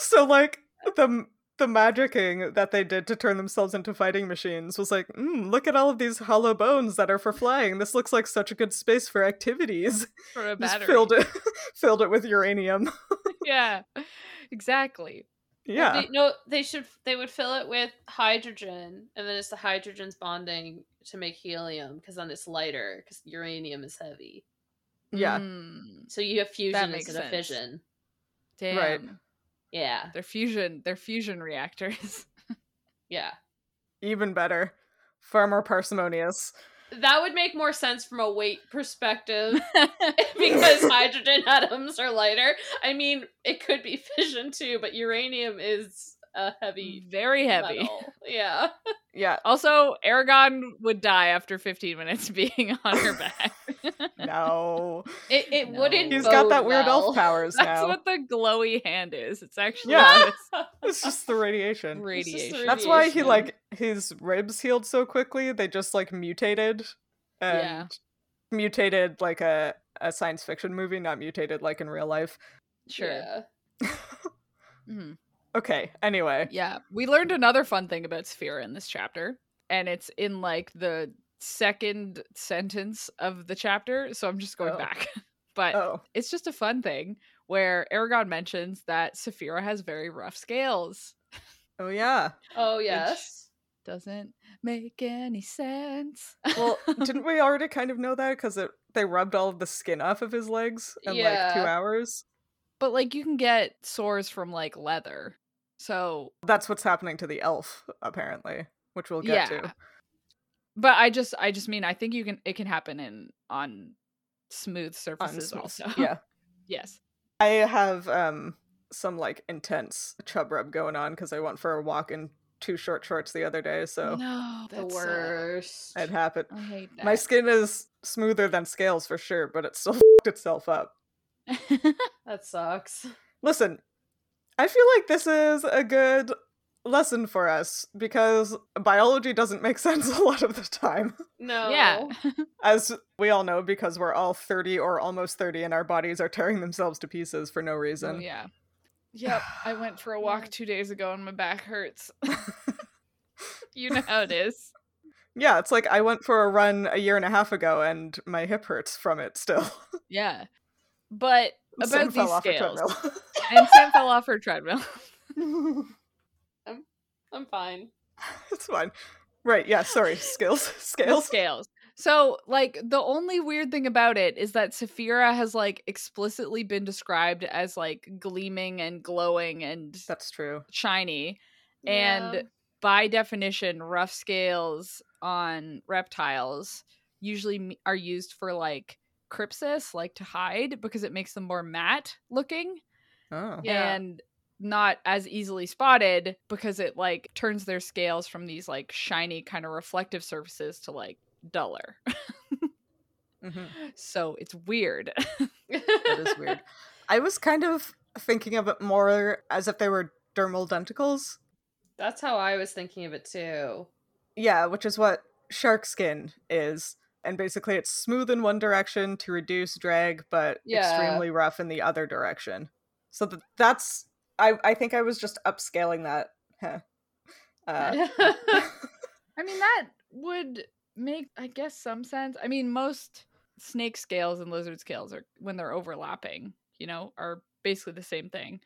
So like the the magicking that they did to turn themselves into fighting machines was like, mm, look at all of these hollow bones that are for flying. This looks like such a good space [laughs] for activities. [laughs] For a Just battery. filled it [laughs] filled it with uranium. [laughs] Yeah. Exactly. Well, Yeah. They, no, they should. They would fill it with hydrogen, and then it's the hydrogen's bonding to make helium, because then it's lighter, because uranium is heavy. Yeah. Mm, So you have fusion makes instead of sense. fission. damn. Right. Yeah, They're fusion. They're fusion reactors. [laughs] yeah. Even better. Far more parsimonious. That would make more sense from a weight [laughs] perspective [laughs] because hydrogen atoms are lighter. I mean, it could be fission too, but uranium is a heavy, Very Mm, heavy. metal. Yeah. [laughs] Yeah. Also, Aragon would die after 15 minutes [laughs] being on her back. [laughs] No. It, it No. wouldn't. He's He's got that weird well. elf powers Oh, [laughs] That's now. what the glowy hand is. It's [laughs] actually Yeah. just It's just the radiation. radiation. That's why he radiation. like his ribs healed so quickly. They just like mutated, and Yeah. mutated like a a science fiction movie, not mutated like in real life. [laughs] Sure. Mhm. Yeah. okay. Yeah. Anyway, We learned another fun thing about Sphere in this chapter, and it's in like the second sentence of the chapter. So I'm just going Oh. back. [laughs] but oh it's just a fun thing where Aragon mentions that Saphira has very rough scales. oh yeah. Oh yes. Doesn't make any sense. [laughs] Well, didn't we already kind of know that because it they rubbed all of the skin off of his legs in like two Yeah. hours? but like you can get sores from like leather. So That's what's happening to the elf apparently, which we'll get Yeah. to. but i just i just mean i think you can it can happen in on smooth on surfaces [laughs] Smooth. also yeah. yes I have um some like intense chub rub going on because I went for a walk in two short shorts the other day, so no, The that's, uh, worst. it happened. I hate that. My skin is smoother than scales for sure, but it still [laughs] f***ed itself up. [laughs] that sucks. Listen, I feel like this is a good lesson for us because biology doesn't make [laughs] sense a lot of the time. No. Yeah. As we all know, because we're all 30 or almost 30 and our bodies are tearing themselves to pieces for no reason. Oh, yeah. Yep. I [sighs] went for a walk two days ago and my back [laughs] hurts. [laughs] you know how it is. Yeah, it's like I went for a run a year and a half ago and my hip hurts from it still. [laughs] Yeah. But about Some these scales. treadmill. and Sam fell off her treadmill. [laughs] I'm fine. [laughs] it's fine. Right, yeah, [laughs] sorry. Scales. The Scales. scales. So, like, the only weird thing about it is that Saphira has like explicitly been described as like gleaming and glowing and That's true. shiny, and by definition, rough scales on reptiles usually m- are used for like crypsis, like to hide because it makes them more matte looking Oh. Yeah. and not as easily spotted because it like turns their scales from these like shiny kind of reflective surfaces to like duller. hmm so it's weird. Yeah. [laughs] That is weird. I was kind of thinking of it more as if they were dermal denticles. [laughs] That's how I was thinking of it too. Yeah, which is what shark skin is. And basically, it's smooth in one direction to reduce drag, but Yeah. extremely rough in the other direction. So th- that's. I, I think I was just upscaling that. Huh. [laughs] Uh, [laughs] I mean that would make I guess some sense. I mean most snake scales and lizard scales are when they're overlapping, you know, are basically the same thing.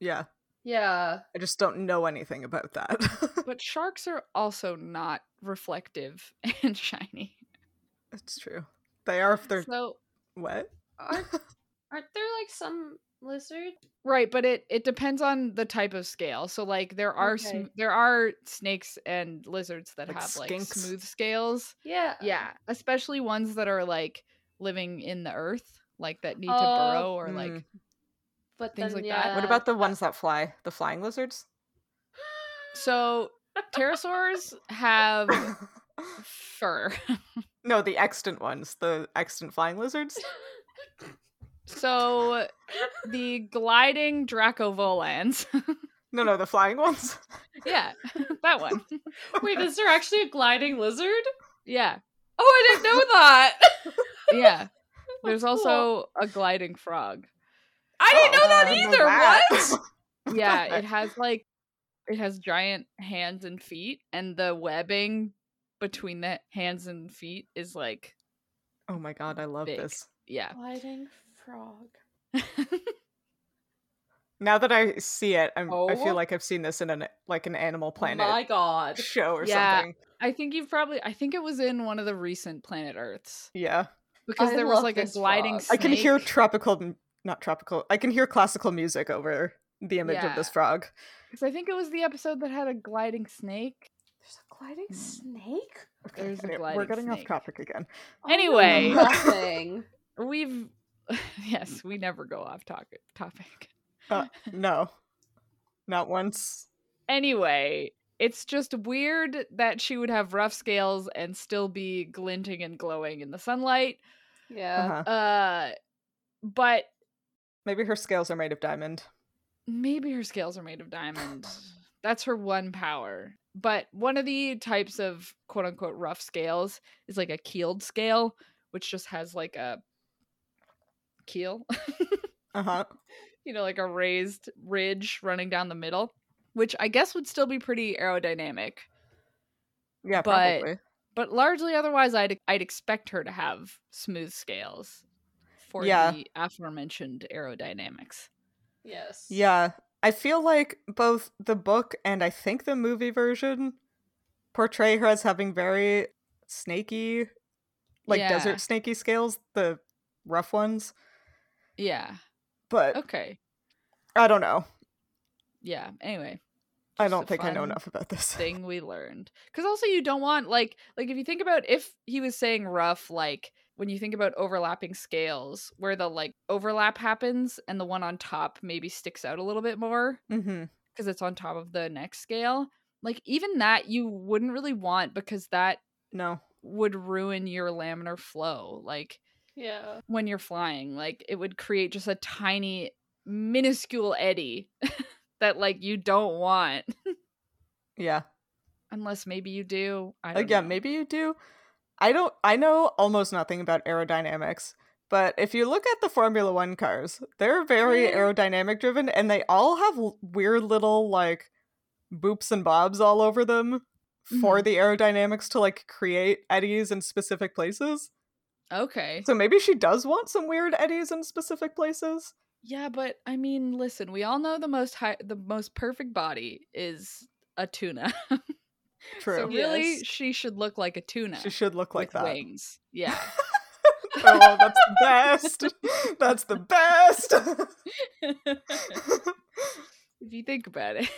yeah, yeah. I just don't know anything about that. But sharks are also not reflective [laughs] and shiny. [laughs] it's true. They are if they're So wet. [laughs] Aren't, aren't there like some lizard? Right, but it it depends on the type of scale. So like there are sm- Okay. there are snakes and lizards that Like have like skinks? smooth scales. Yeah. Yeah, especially ones that are like living in the earth, like that need to Oh, burrow or like Mm. But Things then, like that. yeah. What about the ones that fly? The flying lizards? so pterosaurs have [laughs] fur. no, the extant ones. The extant flying lizards? So the gliding Dracovolans. [laughs] No, no, the flying ones. yeah, that one. [laughs] Wait, is there actually a gliding lizard? Yeah. Oh, I didn't know that. [laughs] Yeah. There's Cool. also a gliding [laughs] frog. [laughs] I didn't Oh, know that I didn't either. What? yeah it has like it has giant hands and feet and the webbing between the hands and feet is like [laughs] oh my god, I love Big. this. yeah [laughs] Gliding frog. Now that I see it, I'm, I Oh. feel like I've seen this in an like an Animal Planet My God. show or Yeah. something. i think you've probably i think it was in one of the recent planet earths Yeah, because I there was love like a this gliding frog. I can hear snake. tropical, m- not tropical. I can hear classical music over the image of this Yeah. frog. 'Cause i think it was the episode that had a gliding snake There's a gliding Mm. snake. Oh, Okay, There's a anyway, we're gliding getting snake. off topic [laughs] again. I know [laughs] Anyway. nothing. we've [laughs] yes we never go off topic topic Uh, No, not once. anyway it's just weird that she would have rough scales and still be glinting and glowing in the sunlight yeah. Uh-huh. uh but Maybe her scales are made of diamond. maybe her scales are made of diamond. That's her one power. But one of the types of quote unquote rough scales is like a keeled scale, which just has like a keel, Uh huh. you know, like a raised ridge running down the middle, which I guess would still be pretty aerodynamic. Yeah, But- probably. But largely otherwise, I'd, I'd expect her to have smooth scales for Yeah. the aforementioned aerodynamics. Yes. Yeah, I feel like both the book and I think the movie version portray her as having very snaky, like Yeah. desert snaky scales, the rough ones. Yeah. But Okay. I don't know. Yeah. Anyway. I Just a don't think I know fun enough about this. thing we learned because also you don't want like like if you think about if he was saying rough like when you think about overlapping scales where the like overlap happens and the one on top maybe sticks out a little bit more hmm because it's on top of the next scale Like even that you wouldn't really want because that No. would ruin your laminar flow. Like Yeah. when you're flying, like it would create just a tiny minuscule eddy [laughs] that like you don't want Yeah. unless maybe you do. I don't Again, know. maybe you do. I don't I know almost nothing about aerodynamics, but if you look at the Formula 1 cars, they're very Mm-hmm. Yeah. aerodynamic driven and they all have l- weird little like boops and bobs all over them Mm-hmm. for the aerodynamics to like create eddies in specific places. Okay. So maybe she does want some weird eddies in specific places. Yeah, but I mean, listen, we all know the most high, the most perfect body is a tuna. [laughs] True. so really, Yes. she should look like a tuna. she should look like with that. wings. Yeah. [laughs] [laughs] oh, that's the best. That's the best. if [laughs] you think about it,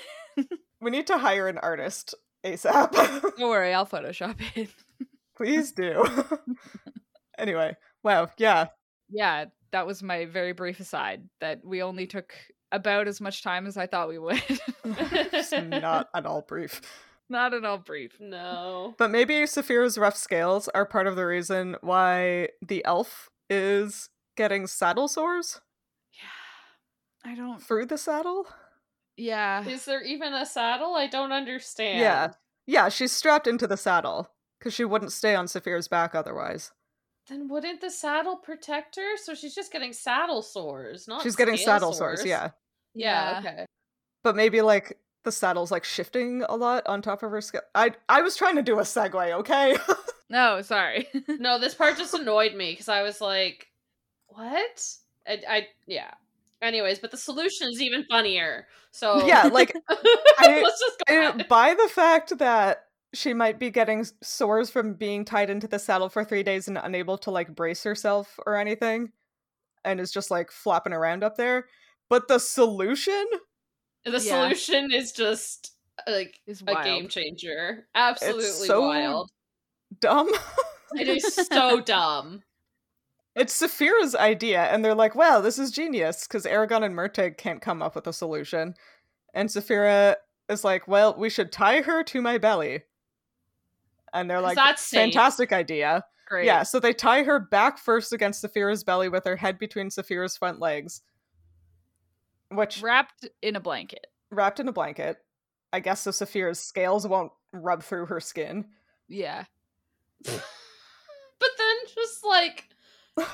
we need to hire an artist ASAP. don't worry, I'll Photoshop it. [laughs] [laughs] Please [laughs] do. anyway, wow, yeah, Yeah, that was my very brief aside that we only took about as much time as I thought we would. [laughs] [laughs] it's not at all brief. Not at all brief. No. But maybe Saphira's rough scales are part of the reason why the elf is getting saddle sores Yeah. I don't. through the saddle. Yeah. Is there even a saddle? I don't understand. Yeah. Yeah, she's strapped into the saddle because she wouldn't stay on Saphira's back otherwise. Then wouldn't the saddle protect her? So she's just getting saddle sores, not she's getting scale saddle Oh, sores, yeah. Yeah, okay. but maybe like the saddle's like shifting a lot on top of her scale. I I was trying to do a segue, okay? [laughs] No, sorry. [laughs] No, this part just annoyed me because I was like, what? I, I yeah. Anyways, but the solution is even funnier. So [laughs] yeah, like I- let's just go. uh, [laughs] on. by the fact that she might be getting s- sores from being tied into the saddle for three days and unable to like brace herself or anything, and is just like flopping around up there. But the solution, [laughs] The solution is just like It's a wild. game changer. Absolutely so- wild. dumb. It is [laughs] so dumb. It's Saphira's idea, and they're like, wow, this is genius, because Aragon and Murtig can't come up with a solution. And Saphira is like, well, we should tie her to my belly. And they're 'Cause like, that's safe. fantastic idea. Great. Yeah, so they tie her back first against Saphira's belly with her head between Saphira's front legs, which Wrapped in a blanket. wrapped in a blanket, I guess so Saphira's scales won't rub through her skin. [laughs] Yeah. But then just like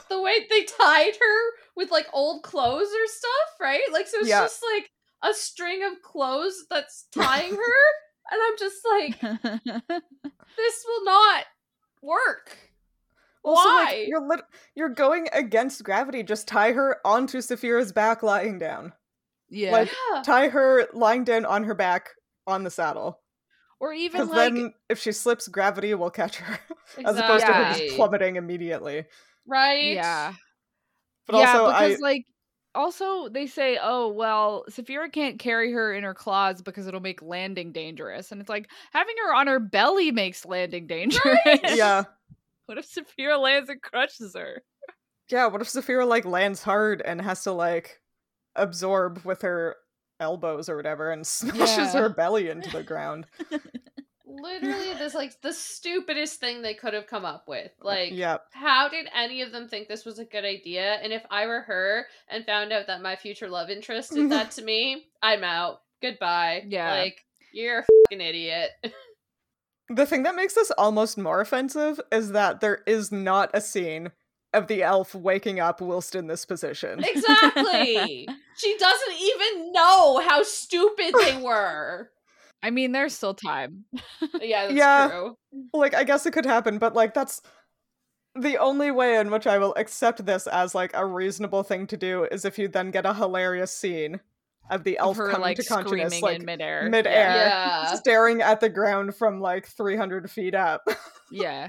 the way they tied her with like old clothes or stuff, right? Like so it's Yeah. just like a string of clothes [laughs] that's tying her. and I'm just like, this will not work. Also, like, Why? you're lit- you're going against gravity. Just tie her onto Saphira's back, lying down. yeah. Like- Yeah. tie her lying down on her back on the saddle. or even Because like then if she slips, gravity will catch her. [laughs] As opposed to her just Exactly. plummeting immediately. Right? yeah. But yeah, also I because like also they say, "Oh, well, Saphira can't carry her in her claws because it'll make landing dangerous." And it's like having her on her belly makes landing dangerous. [laughs] Yeah. what if Saphira lands and crushes her? Yeah, what if Saphira like lands hard and has to like absorb with her elbows or whatever and [laughs] smashes Yeah. her belly into [laughs] the ground. Literally this like the stupidest thing they could have come up [laughs] with. Like yeah. how did any of them think this was a good idea? And if I were her and found out that my future love interest did that [laughs] to me, I'm out. Goodbye. Yeah. Like, you're a fucking idiot. [laughs] The thing that makes this almost more offensive is that there is not a scene of the elf waking up whilst in this [laughs] position. exactly. She doesn't even know how stupid they were. I mean, there's still time. Yeah, that's Yeah. true. like i guess it could happen but like that's the only way in which i will accept this as like a reasonable thing to do is if you then get a hilarious scene of the elf of her coming like to consciousness screaming like in midair. [laughs] midair. Yeah. Yeah. staring at the ground from like 300 feet up [laughs] Yeah. yeah.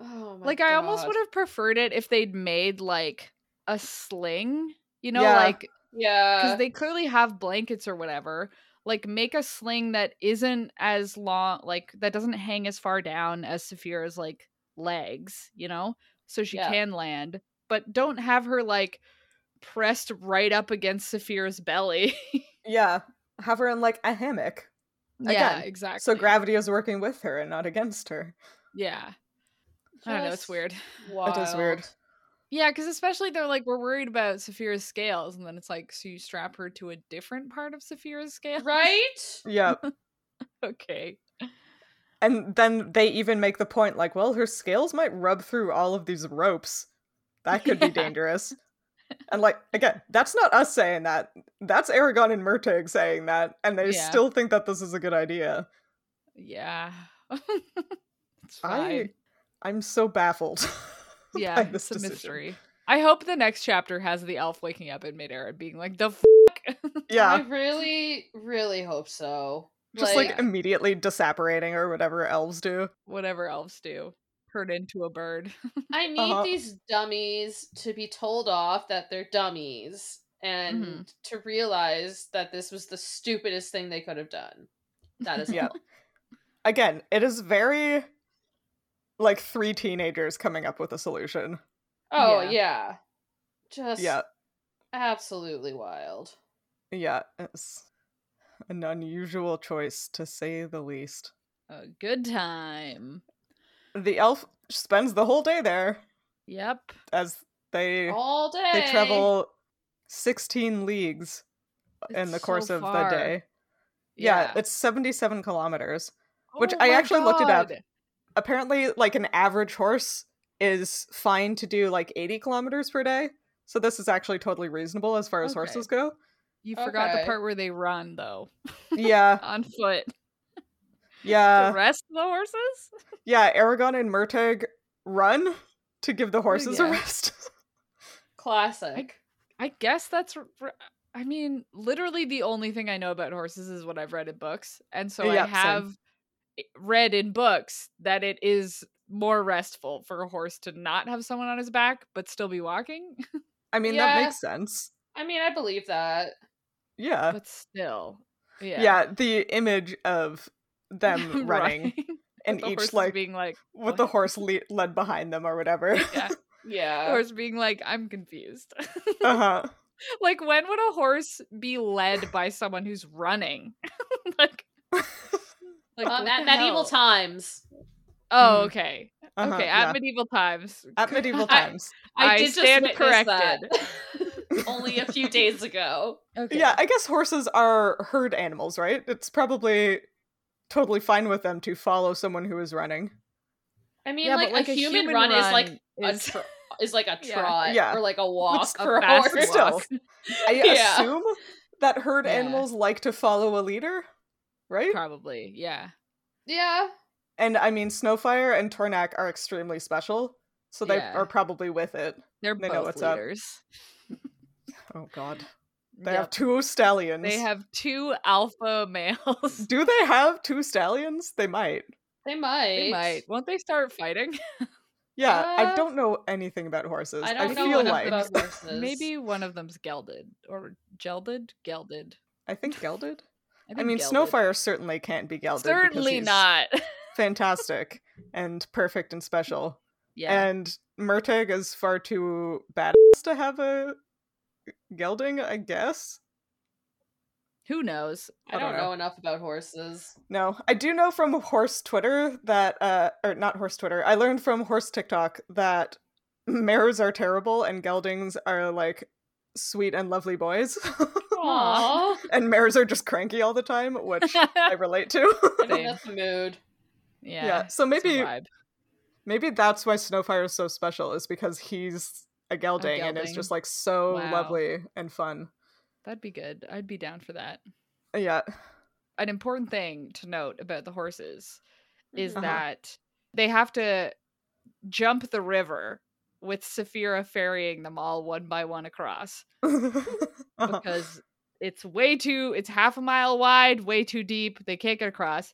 Oh my like I almost God. would have preferred it if they'd made like a sling, you know, Yeah. like Yeah. because they clearly have blankets or whatever like make a sling that isn't as long like that doesn't hang as far down as Saphira's like legs you know so she Yeah. can land but don't have her like pressed right up against Saphira's belly [laughs] yeah have her in like a hammock Yeah, Again. exactly. So gravity is working with her and not against her. Yeah. I don't know. It's Just weird. [laughs] Wild. It is weird. Yeah, because especially they're like, we're worried about Saphira's scales. And then it's like, so you strap her to a different part of Saphira's scale? Right? Yeah. [laughs] okay. and then they even make the point like, well, her scales might rub through all of these ropes. That could be Yeah. [laughs] dangerous. And like again, that's not us saying that. That's Aragon and Murtig saying that, and they Yeah. still think that this is a good idea. Yeah. [laughs] it's I fine. I'm so baffled. [laughs] [laughs] yeah, it's this a decision. mystery. I hope the next chapter has the elf waking up in midair and being like, the f-? I yeah. really, really hope so. Just like, like- immediately disapparating or whatever elves do. whatever elves do, turn into a bird. [laughs] I need Uh-huh. these dummies to be told off that they're dummies and to realize that this was the stupidest thing they could have done. That is Yeah. all. Again, it is very like three teenagers coming up with a solution. Oh Yeah. yeah. Just Yeah. absolutely wild. Yeah, it's an unusual choice to say the least. a good time. The elf spends the whole day there Yep. as they All day. they travel 16 leagues in It's the so course of far. the day. Yeah, it's 77 kilometers. which Oh I my actually looked it up. God. Apparently, like an average horse is fine to do like 80 kilometers per day. So this is actually totally reasonable as far as Okay. [laughs] horses go. You forgot the Okay. part where they run, though, Yeah, on foot. the yeah, rest of the horses? yeah. Aragon and Murtag run to give the horses a yeah. rest. [laughs] Classic. I guess that's. r- r- I mean, literally the only thing I know about horses is what I've read in books. And so Yeah, I same. have i- read in books that it is more restful for a horse to not have someone on his back but still be walking. [laughs] I mean, that Yeah. makes sense. I mean, I believe that. Yeah. but still. Yeah. Uh yeah. [laughs] the image of them running and the horses each like being like with the "What?" horse le- led behind them [laughs] or whatever. [laughs] yeah, uh the Yeah. horse being like I'm confused. uh-huh. [laughs] like when would a horse be led by someone who's running? [laughs] [laughs] like like Um, what at the medieval hell? times. Oh, Mm. okay. uh-huh, okay, yeah. at medieval times. At medieval I- times. [laughs] I stand witness that. [laughs] Only a few days ago. Okay. Yeah, I guess horses are herd animals, right? It's probably totally fine with them to follow someone who is running. I mean, Yeah, but like, a, human run, is like a is- [laughs] tr- is like a Yeah. trot Yeah. or like a walk a for a fast horse. still. [laughs] walk, [laughs] I Yeah. assume that herd Yeah. animals like to follow a leader, right? probably. Yeah. Yeah. And I mean, Snowfire and Tornak are extremely special, so they Yeah. are probably with it. They're They know both what's up. leaders. Oh God, [laughs] they Yep. have two stallions. They have two alpha [laughs] males. Do they have two stallions? They might. They might. They might. Won't they start [laughs] fighting? Yeah, I Uh, don't know anything about horses. I don't know feel enough like [laughs] about horses. Maybe one of them's gelded or gelded, gelded. I think gelded. I, think mean, gelded. Snowfire certainly can't be gelded. because Certainly he's not. [laughs] Fantastic and perfect and special. yeah. And Murtag is far too badass to have a gelding. I guess. Who knows? I don't know enough about horses. No, I do know from horse Twitter that, uh, or not horse Twitter. I learned from horse TikTok that mares are terrible and geldings are like sweet and lovely boys, [laughs] Aw. [laughs] Aww. and mares are just cranky all the time, which I relate to. [laughs] I mean, Same. that's the mood. [laughs] [laughs] yeah. Yeah. so it's a maybe vibe. maybe that's why Snowfire is so special is because he's a gelding, and is gelding. just like so Wow. lovely and fun. that'd be good. I'd be down for that. Yeah. [laughs] An important thing to note about the horses is Mhm. Uh-huh. that they have to jump the river with Saphira ferrying them all one by one across Uh-huh. because it's way too it's half a mile wide, way too deep. They can't get across.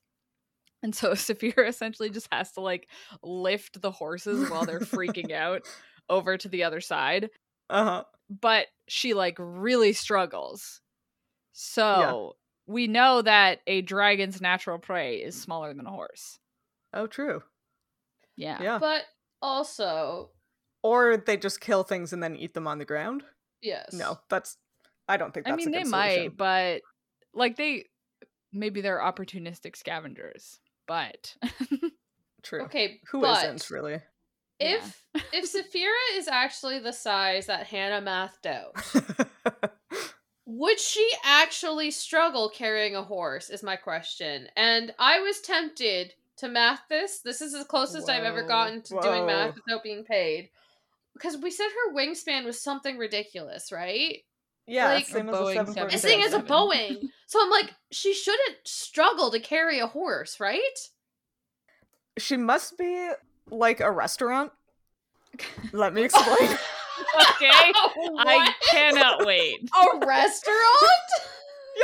And so [laughs] Saphira essentially just has to like lift the horses while they're freaking out over to the other side. Uh-huh. But she like really struggles. So we know that a dragon's natural prey is smaller than a horse. Oh, true. Yeah. Yeah. But also, Or they just kill things and then eat them on the ground. yes. No, that's. I don't think that's. I mean, a they good might, solution. but like they maybe they're opportunistic scavengers, but [laughs] True. Okay, Who but not really? [laughs] If if Saphira is actually the size that Hannah mathed out, would she actually struggle carrying a horse? Is my question. And I was tempted to math this. This is the closest I've ever Whoa. gotten to doing math Whoa. without being paid. Because we said her wingspan was something ridiculous, right? yeah, Like- same A as a Boeing seven. seven- This thing is a Seven. Boeing. So I'm like, she shouldn't struggle to carry a horse, right? [laughs] She must be like a restaurant. Let me [laughs] explain. [laughs] okay. I What? cannot wait. [laughs] a restaurant?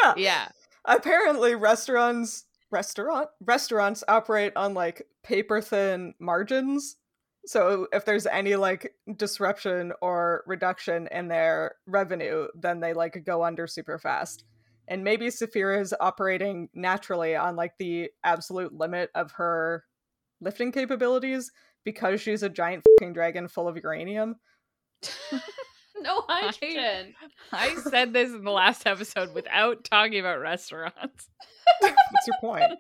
yeah. [laughs] Yeah. Apparently, restaurants restaurant restaurants operate on like paper thin margins. So if there's any like disruption or reduction in their revenue, then they like go under super fast. And maybe Saphira is operating naturally on like the absolute limit of her lifting capabilities because she's a giant fucking dragon full of uranium. [laughs] [laughs] no hydrogen. I said this in the last episode without talking about restaurants. [laughs] What's your point?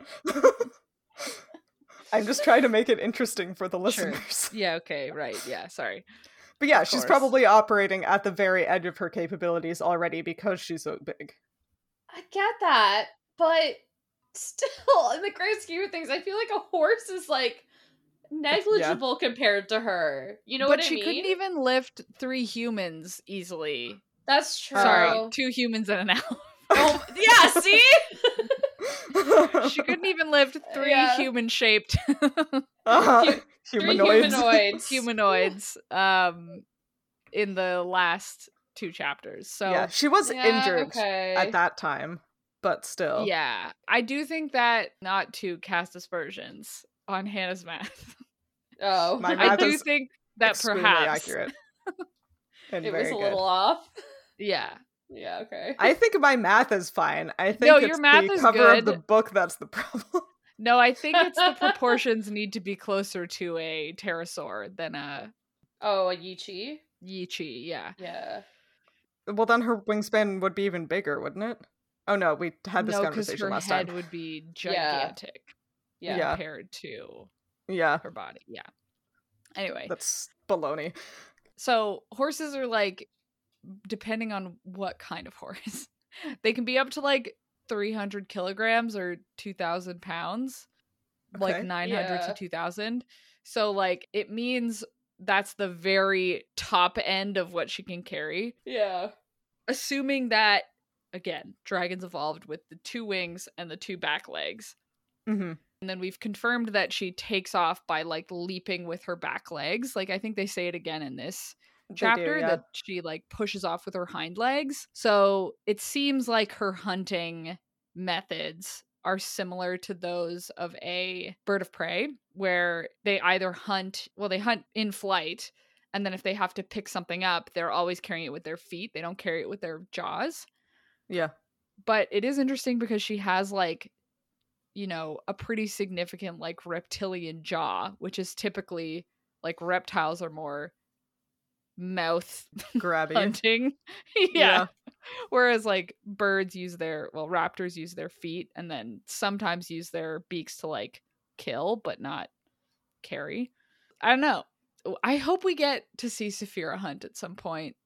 [laughs] I'm just trying to make it interesting for the listeners. Yeah, okay, right. Yeah, sorry. But yeah, Of she's course. probably operating at the very edge of her capabilities already because she's so big. I get that, but still, [laughs] in the grand scheme of things, I feel like a horse is like negligible compared to her. You know but what I she mean? couldn't even lift three humans easily. That's true. uh, Sorry, two humans and an [laughs] elf. Oh, [laughs] yeah, see? She couldn't [laughs] even lift three [laughs] Yeah. human-shaped Uh, Hu- Three humanoids. [laughs] humanoids. humanoids um in the last two chapters. So Yeah, she was Yeah, injured Okay. at that time, but still. yeah, I do think that not to cast aspersions on Hannah's math. [laughs] oh, [laughs] My I math do is think that extremely perhaps [laughs] accurate. And it very was a good. little off. [laughs] yeah. Yeah, okay. I think my math is fine. I think No, it's your math the is cover of the good. book that's the [laughs] problem. No, I think it's [laughs] the proportions need to be closer to a pterosaur than a oh, a Yichi. Yichi. Yeah. Yeah. well, then her wingspan would be even bigger, wouldn't it? Oh no, we had this no, conversation her last head time. would be Yeah. gigantic Yeah. Yeah. compared to Yeah, her body. Yeah. Anyway, that's baloney. so horses are like, depending on what kind of [laughs] horse, they can be up to like 300 kilograms or 2,000 pounds, like Okay. 900 Yeah. to 2,000. So, like, it means that's the very top end of what she can carry. Yeah. assuming that again dragons evolved with the two wings and the two back legs hmm and then we've confirmed that she takes off by like leaping with her back legs like i think they say it again in this chapter that she like pushes off with her hind legs so it seems like her hunting methods are similar to those of a bird of prey where they either hunt well they hunt in flight and then if they have to pick something up they're always carrying it with their feet they don't carry it with their jaws [laughs] yeah. but it is interesting because she has like you know a pretty significant like reptilian jaw which is typically like reptiles are more mouth yeah, grabby. hunting [laughs] yeah. Yeah. whereas like birds use their well raptors use their feet and then sometimes use their beaks to like kill but not carry i don't know i hope we get to see saphira hunt at some point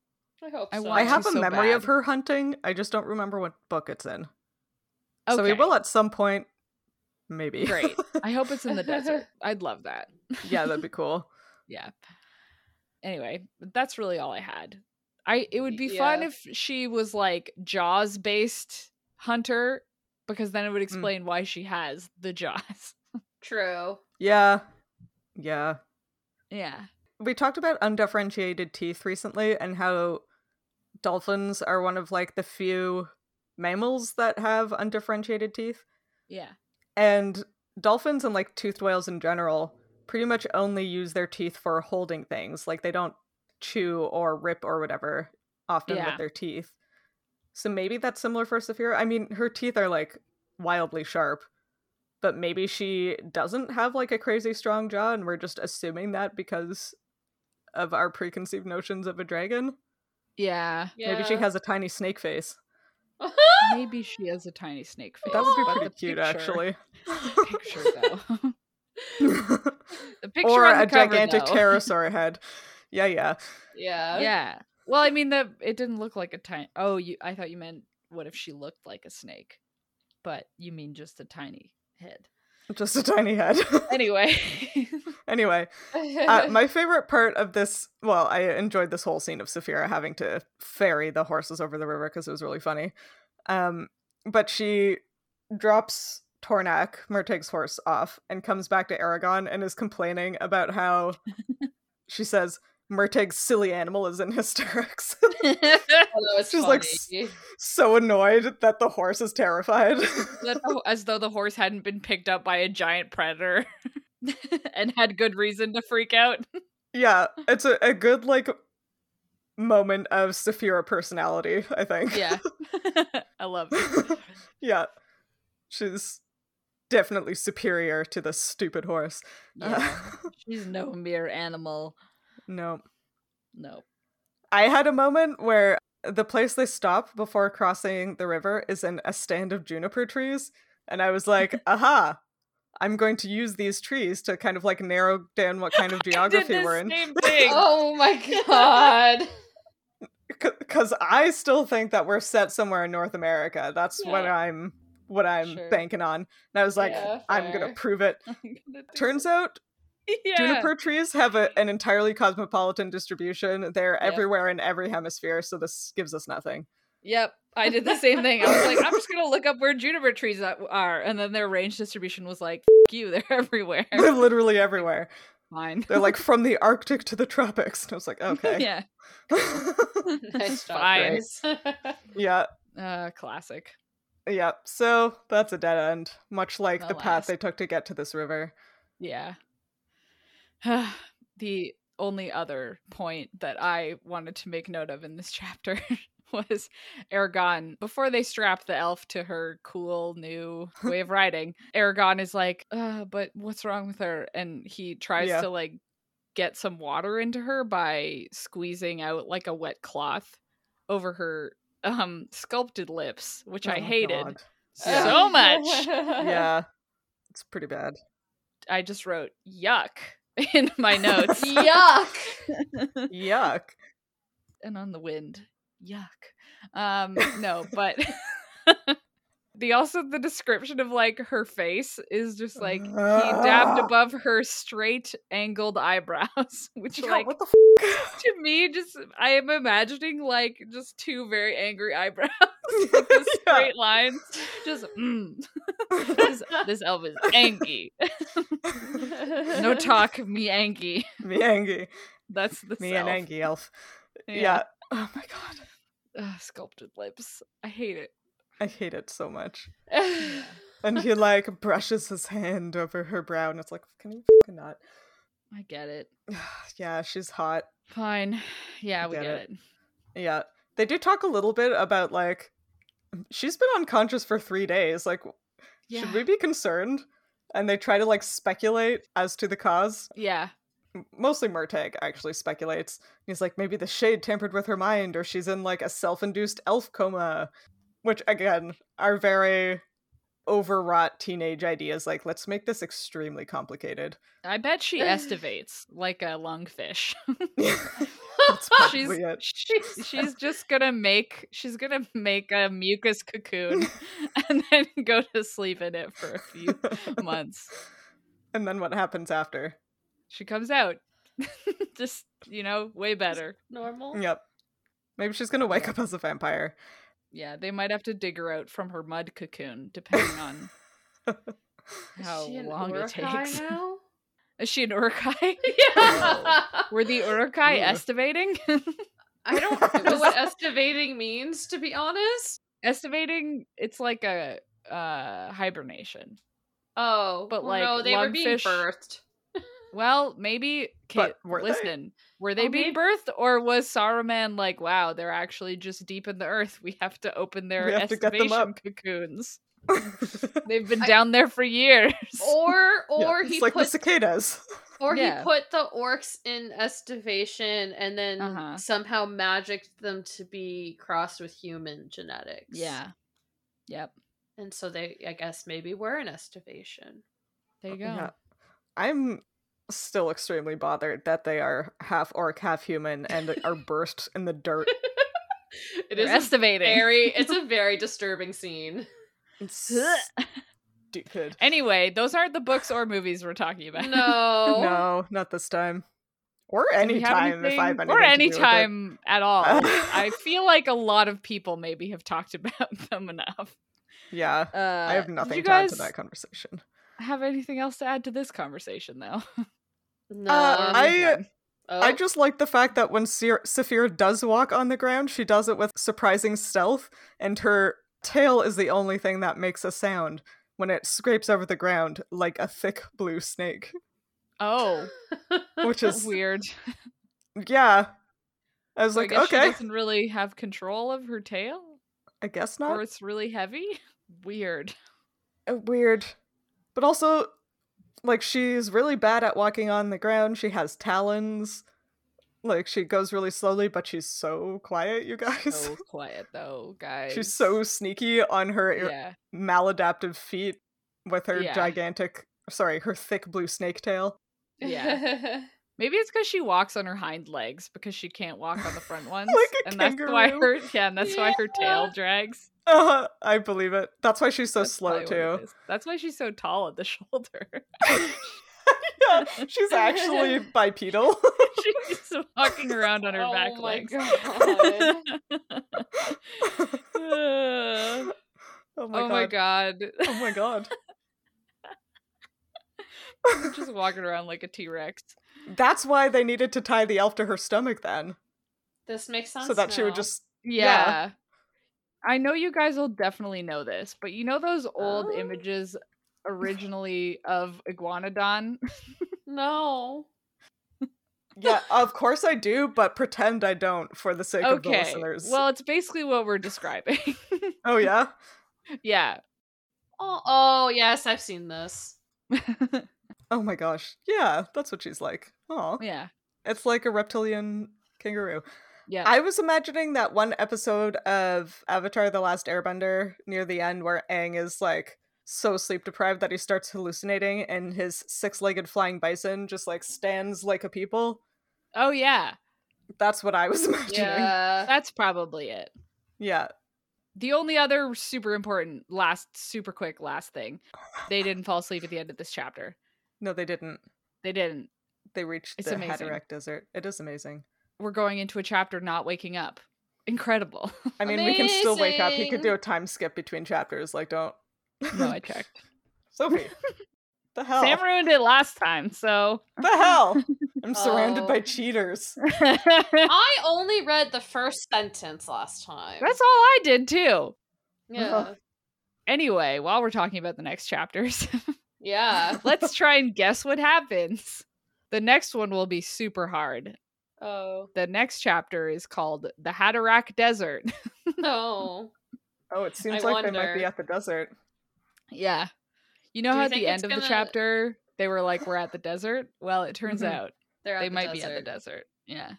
I hope I so. want I to have a so memory of bad. her hunting. I just don't remember what book it's in. So we Okay, will at some point, maybe. great i hope it's in the desert i'd love that [laughs] yeah, that'd be cool. yeah anyway that's really all i had i it would be fun Yeah. if she was like jaws based hunter because then it Mm. would explain why she has the jaws [laughs] True. Yeah, yeah. yeah We talked about undifferentiated teeth recently and how dolphins are one of like the few mammals that have undifferentiated teeth. yeah And dolphins and like toothed whales in general pretty much only use their teeth for holding things. Like they don't chew or rip or whatever often Yeah. with their teeth. So maybe that's similar for Saphira. I mean, her teeth are like wildly sharp, but maybe she doesn't have like a crazy strong jaw and we're just assuming that because of our preconceived notions of a dragon. yeah Yeah. Maybe she has a tiny snake face. Maybe she has a tiny snake face. That would be but pretty the cute, picture- actually. the Picture though. [laughs] [laughs] the picture or on the a cover, gigantic though. [laughs] pterosaur head. Yeah, yeah. [laughs] Yeah. Yeah. Well, I mean, the it didn't look like a tiny. Oh, you. I thought you meant what if she looked like a snake, but you mean just a tiny head. [laughs] Just a tiny head. [laughs] [laughs] Anyway, anyway, [laughs] uh, Oh, my favorite part of this, well, I enjoyed this whole scene of Saphira having to ferry the horses over the river because it was really funny. Um, but she drops Tornak, Murtig's horse, off and comes back to Aragon and is complaining [laughs] about how she says Murtig's silly animal is in hysterics. [laughs] Although it's She's funny. like, so annoyed that the horse is terrified. That the- as though the horse hadn't been picked up by a giant predator [laughs] and had good reason to freak out. [laughs] yeah, it's a, a good, like, moment of Saphira personality, I [laughs] think. Yeah, I love it. [laughs] yeah. She's definitely superior to the stupid horse. [laughs] [laughs] Yeah, she's no mere animal. no. [laughs] No. I had a moment where the place they stop before crossing the river is in a stand of juniper trees. And I [laughs] was like, aha, I'm going to use these trees to kind of like narrow down [laughs] what kind of Did geography the we're in. [laughs] same thing. [laughs] oh my god. Because I still think that we're set somewhere in North America. That's what Yeah. I'm what I'm Sure. banking on. And I was like, Yeah, I'm gonna fair. prove it. I'm gonna do Turns it. out [laughs] yeah. Juniper trees have a, an entirely cosmopolitan distribution. They're Yep. everywhere in every hemisphere, so this gives us nothing. [laughs] Yep, I did the same thing. I was like, I'm just gonna look up where juniper trees a- are, and then their range distribution was like, F- you, they're [laughs] [laughs] everywhere. They're literally everywhere. [laughs] Fine. They're like from the Arctic to the tropics. And I was like, okay. yeah. Yeah. Nice job, Fine. Grace. [laughs] yeah. Uh, classic. So that's a dead end, much like the Well, path they ass. took to get to this river. Yeah. [sighs] the only other point that I wanted to make note of in this [laughs] chapter was Aragon. Before they strap the elf to her cool [laughs] new way of riding, Aragon is like, uh, but what's wrong with her? And he tries Yeah. to like get some water into her by squeezing out like a wet cloth over her um sculpted lips, which I Oh, hated God. Yeah. so [laughs] [laughs] much. Yeah. It's pretty bad. [laughs] I just wrote yuck [laughs] in my [laughs] notes. Yuck. Yuck. and on the wind. Yuck. [laughs] Um, no, but [laughs] the also the description of like her face is just like he Uh, ah. dabbed above her straight angled eyebrows, [laughs] which Yeah, like what the f- to me just I am imagining like just two very angry eyebrows, [laughs] like the [laughs] Yeah. straight lines. Just mm, [laughs] this, this elf is angry. [laughs] [laughs] No talk, me angry. [laughs] [laughs] Me angie. That's the Me self. and angie elf. Yeah. Oh my god. Ugh, sculpted lips. I hate it. I hate it so much. Yeah. And he like brushes his hand over her brow, and it's like, can you fucking not? [sighs] I get it. yeah, she's hot. Fine. [sighs] Yeah, I we get get, it. it. Yeah, they do talk a little bit about like she's been unconscious for three days. Like, Yeah. should we be concerned? And they try to like speculate as to the cause. Yeah. M- Mostly Murtag actually speculates. He's like, maybe the shade tampered with her mind, or she's in like a self-induced elf coma, which again are very overwrought teenage ideas. Like, let's make this extremely complicated. [laughs] I bet she estivates like a lungfish. [laughs] That's she's probably it. [laughs] [laughs] she's she's just gonna make she's gonna make a mucus [laughs] cocoon [laughs] and then go to sleep in it for a few months. and then what happens after? She comes out [laughs] just you know way better. Normal. Yep. Maybe she's gonna wake up as a vampire. [laughs] Yeah, they might have to dig her out from her mud cocoon depending [laughs] on Is how she an long it Uruk-hai takes. now? [laughs] Is she an [laughs] urukai? yeah. Were the urukai Ooh. estimating? I don't [laughs] know what estivating means, to be honest. estimating it's like a uh hibernation Oh, But, well, no, like, they were being lungfish- birthed. well maybe Kate, But were they? listen were they Oh, being maybe- birthed or was saruman like wow they're actually just deep in the earth we have to open their We have to get them estimation up." cocoons they've been down there for years Oh. Or Yeah, or it's he like the put cicadas. or Yeah. he put the orcs in estivation and then Uh-huh. somehow magicked them to be crossed with human genetics. yeah Yep. And so they, I guess, maybe were an estivation. There you go. Oh, Yeah. I'm still extremely bothered that they are half orc, half [laughs] human, and are burst in the dirt. It They're is a estimating. very, it's a [laughs] very disturbing scene. [laughs] It's stupid. Anyway, those aren't the books or movies we're talking about. No. No, not this time. Or Do we any have time if anything- I've anything or to any do with it. time at [laughs] all. Uh. I feel like a lot of people maybe have talked about [laughs] them enough. Yeah. Uh, I have did you nothing to add guys to that conversation. Have anything else to add to this conversation though? No. Uh, I Oh. I just like the fact that when Sir- Saphir does walk on the ground, she does it with surprising stealth, and her tail is the only thing that makes a sound when it scrapes over the ground like a thick blue snake, [laughs] Oh, [laughs] which that's is weird. yeah. I was So I like, guess she okay, doesn't really have control of her tail, I guess or not. it's really heavy. [laughs] Weird. Uh, Weird, but also like she's really bad at walking on the ground. She has talons. Like she goes really slowly, but she's so quiet, you guys. So quiet though, guys. [laughs] she's so sneaky on her ir- yeah. maladaptive feet with her Yeah. gigantic sorry her thick blue snake tail [laughs] Yeah. Maybe it's because she walks on her hind legs because she can't walk on the [laughs] front ones, a and that's why her kangaroo. yeah, and that's why her tail Yeah. drags. uh, i believe it that's why she's so That's slow probably what it too is. That's why she's so tall at the [laughs] shoulder. [laughs] yeah, [laughs] [laughs] she's actually bipedal [laughs] she's just walking around on her Oh back my legs. God. Uh, oh my oh god [laughs] my god. [laughs] oh my god just walking around like a T-Rex. [laughs] that's why they needed to tie the elf to her stomach then [laughs] this makes sense. so that she would now. just Yeah. Yeah. I know you guys will definitely know this, but you know those old Oh. images originally of Iguanodon? No. yeah of course i do but pretend i don't for the sake of the okay. listeners Well, it's basically what we're describing. [laughs] oh yeah yeah. Oh, oh, yes, I've seen this. oh my gosh yeah that's what she's like oh yeah. it's like a reptilian kangaroo Yeah. I was imagining that one episode of Avatar The Last Airbender near the end where Aang is like so sleep deprived that he starts hallucinating and his six legged flying bison just like stands like a people. oh yeah. That's what I was [laughs] imagining. Yeah. [laughs] Yeah. That's probably it. The only other super important last super quick last thing. They didn't fall asleep at the end of this chapter. No, they didn't. They didn't. They reached It's the amazing. Haderach Desert. It is amazing. We're going into a chapter not waking up. Incredible. I mean, we can still wake up. He could Amazing. do a time skip between chapters. Like, don't. No, I checked. [laughs] [laughs] Sophie. the Oh. hell? Sam ruined it last time, [laughs] so the hell? I'm surrounded Oh. by cheaters. that's I only read the first sentence last time. all I did too. [laughs] yeah. Anyway, while we're talking about the next chapters, [laughs] [laughs] Yeah. let's try and guess what happens. The next one will be super hard. Oh. The next chapter is called The Hatterack Desert. [laughs] No. Oh, it seems I like they might be wonder. at the desert. Yeah. You know Do how you at the think it's end of the gonna- chapter they were like, we're at [laughs] the desert? Well, it turns Mhm. out They're Mm-hmm. at they the might be desert. at the desert. Yeah.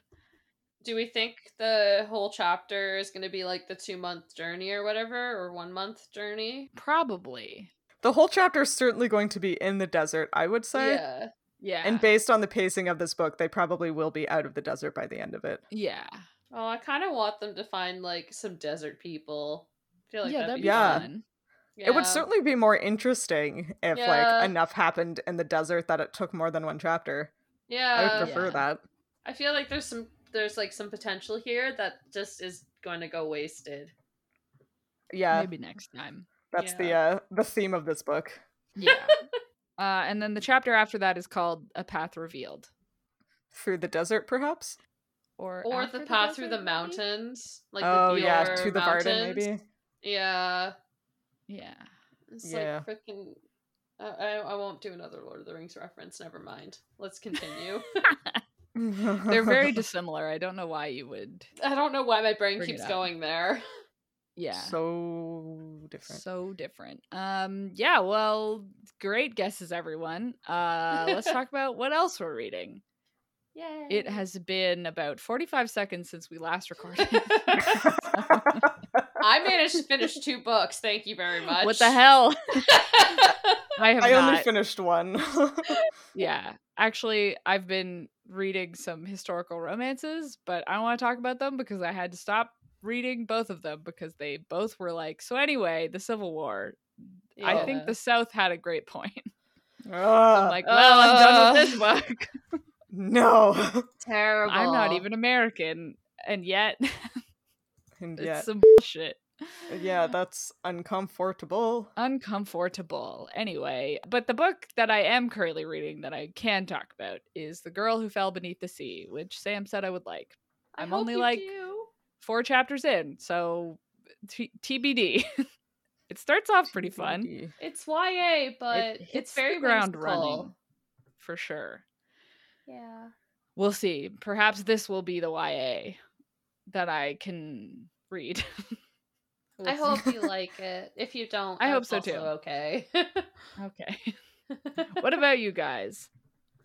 Do we think the whole chapter is going to be like the two month journey or whatever, or one month journey? Probably. The whole chapter is certainly going to be in the desert, I would say. yeah. Yeah. And based on the pacing of this book, they probably will be out of the desert by the end of it. yeah. Oh, I kind of want them to find like some desert people. I feel like yeah, that'd that'd, be be Yeah. fun. It would Yeah. certainly be more interesting if Yeah. like enough happened in the desert that it took more than one chapter. I Yeah. would prefer Uh, Yeah. that. I feel like there's some there's like some potential here that just is going to go wasted. Yeah, Maybe next time. that's the yeah. uh the theme of this book. Yeah. [laughs] uh, and then the chapter after that is called A Path Revealed. Through the desert, perhaps? Or, Or After the path through Desert, the maybe? mountains, like oh the yeah, Vior to the Varden, mountains. maybe. Yeah, [laughs] Yeah. it's Yeah. like freaking. I, I I won't do another Lord of the Rings reference. Never mind. Let's continue. [laughs] They're very dissimilar. I don't know why you would. I don't know why my brain Bring it keeps up. going there. Yeah. so different. So different. Um yeah, well, great guesses everyone. Uh let's [laughs] talk about what else we're reading. Yeah. It [laughs] [laughs] has been about 45 seconds since we last recorded. [laughs] I managed to finish two books. Thank you very much. What [laughs] the hell? [laughs] I have [laughs] I not. only [laughs] finished one. [laughs] yeah. Actually, I've been reading some historical romances, but I don't want to talk about them because I had to stop reading both of them because they both were like, so anyway, the Civil War. I think the South had a great point. [laughs] I'm Ah, like, well, I'm done with this Uh, book. no. [laughs] terrible. I'm not even American, and yet [laughs] and it's yet, some bullshit. Uh, yeah, that's uncomfortable. [laughs] uncomfortable anyway but the book that i am currently reading that i can talk about is the girl who fell beneath the sea which sam said i would like I I'm hope only you like- do. four chapters in so t- tbd [laughs] it starts off pretty fun TBD. It's YA, but hits it's the very ground whimsical. running. for sure Yeah. we'll see perhaps this will be the ya that i can read [laughs] I We'll [laughs] [laughs] hope you like it. If you don't, I hope that's so, too. also Okay. [laughs] see. [laughs] okay what about you [laughs] guys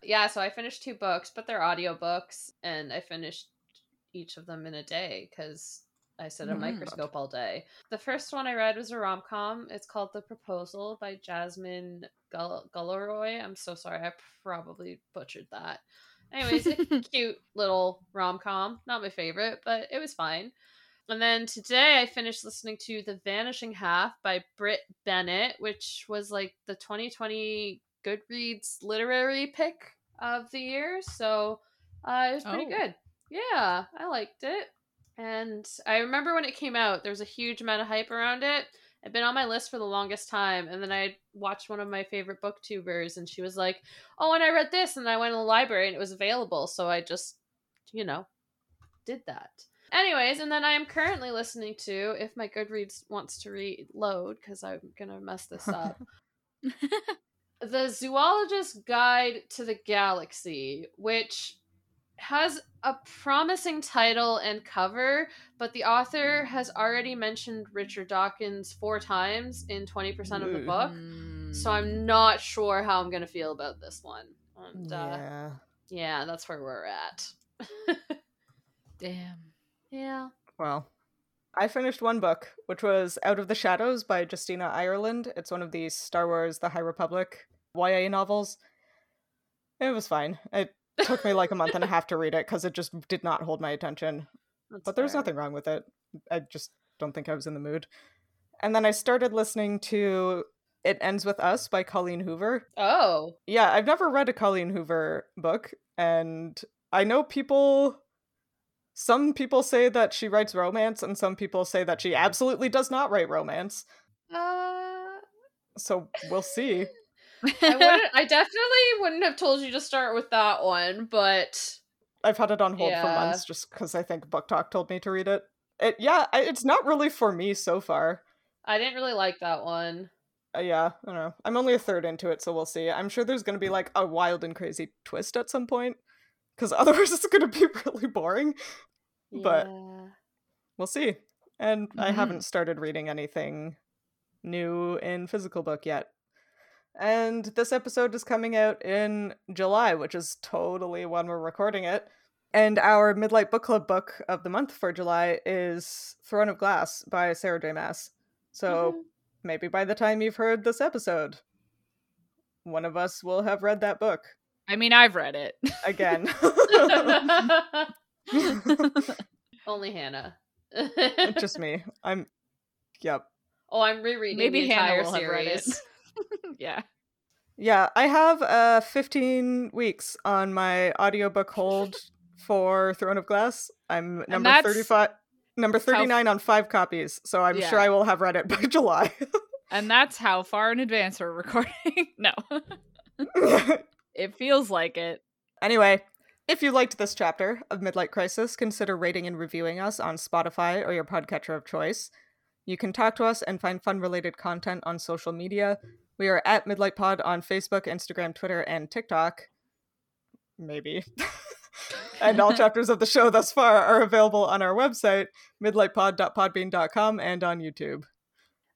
yeah, so I finished two books, but they're audiobooks, and I finished each of them in a day because I sit in a Mhm. microscope all day. The first one I read was a rom com. It's called The Proposal by Jasmine Gull- Gulleroy. I'm so sorry, I probably butchered that. Anyways, it's a cute little rom com. Not my favorite, but it was fine. And then today I finished listening to The Vanishing Half by Britt Bennett, which was like the 2020 Goodreads literary pick of the year. So uh, it was pretty Oh. good. Yeah, I liked it. And I remember when it came out, there was a huge amount of hype around it. It'd been on my list for the longest time. And then I watched one of my favorite booktubers, and she was like, Oh, and I read this, and I went to the library and it was available. So I just, you know, did that. Anyways, and then I am currently listening to, if my Goodreads wants to reload, because I'm going to mess this up, The Zoologist's Guide to the Galaxy, which has a promising title and cover, but the author has already mentioned Richard Dawkins four times in 20% of the Ooh. book. Mm. So I'm not sure how I'm going to feel about this one. And uh, yeah. yeah, that's where we're at. [laughs] damn yeah. Well, I finished one book, which was Out of the Shadows by Justina Ireland. It's one of the Star Wars The High Republic YA novels. It was fine. It took me like a month and a half to read it because it just did not hold my attention. that's But there's fair. nothing wrong with it. I just don't think I was in the mood. And then I started listening to It Ends With Us by Colleen Hoover. Oh, Yeah, I've never read a Colleen Hoover book, and I know people. Some people say that she writes romance, and some people say that she absolutely does not write romance. uh, [laughs] I So we'll see. [laughs] wouldn't. I definitely wouldn't have told you to start with that one, but I've had it on hold for Yeah. months just because I think Book Talk told me to read it. It yeah, I, it's not really for me so far. I didn't really like that one. Uh, yeah, I don't know. I'm only a third into it, so we'll see. I'm sure there's going to be like a wild and crazy twist at some point, because otherwise [laughs] it's going to be really boring. But- Yeah. we'll see. And I Mhm. haven't started reading anything new in physical book yet. And this episode is coming out in July, which is totally when we're recording it. And our Midlight Book Club book of the month for July is Throne of Glass by Sarah J. Mass. So [laughs] [laughs] Mhm. maybe by the time you've heard this episode, one of us will have read that book i mean i've read it [laughs] again. [laughs] [laughs] only Hannah. [laughs] Just me. I'm, yep. oh, I'm rereading Maybe the Hannah entire will have read it. series. [laughs] yeah Yeah, I have uh 15 weeks on my audiobook hold for Throne of Glass. I'm number that's 35 number how- 39 on 5 copies, so I'm sure Yeah. I will have read it by [laughs] July. And that's how far in advance we're recording. [laughs] no, it feels like it. anyway, if you liked this chapter of Midlight Crisis, consider rating and reviewing us on Spotify or your podcatcher of choice. You can talk to us and find fun related content on social media. We are at Midlight Pod on Facebook, Instagram, Twitter, and TikTok. Maybe. [laughs] and all chapters of the show thus far are available on our website, midlightpod.podbean.com, and on YouTube. [laughs]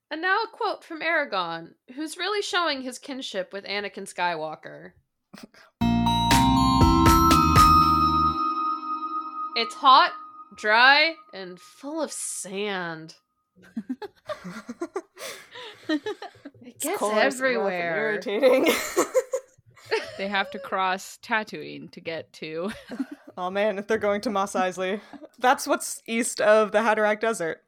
And now a quote from Aragon, who's really showing his kinship with Anakin Skywalker. it's hot, dry, and full of sand. It It's gets coarse, rough, and everywhere. Irritating. [laughs] They have to cross Tatooine to get to. oh man, they're going to Moss Isley. That's what's east of the Hatterack Desert.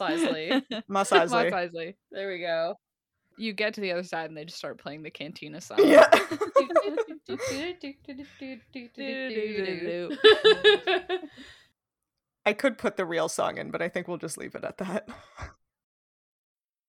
[laughs] [laughs] Isley. Moss Mos Isley. Eisley. There we go. [laughs] You get to the other side and they just start playing the Cantina song. Yeah. [laughs] [laughs] [laughs] [laughs] I could put the real song in, but I think we'll just leave it at that.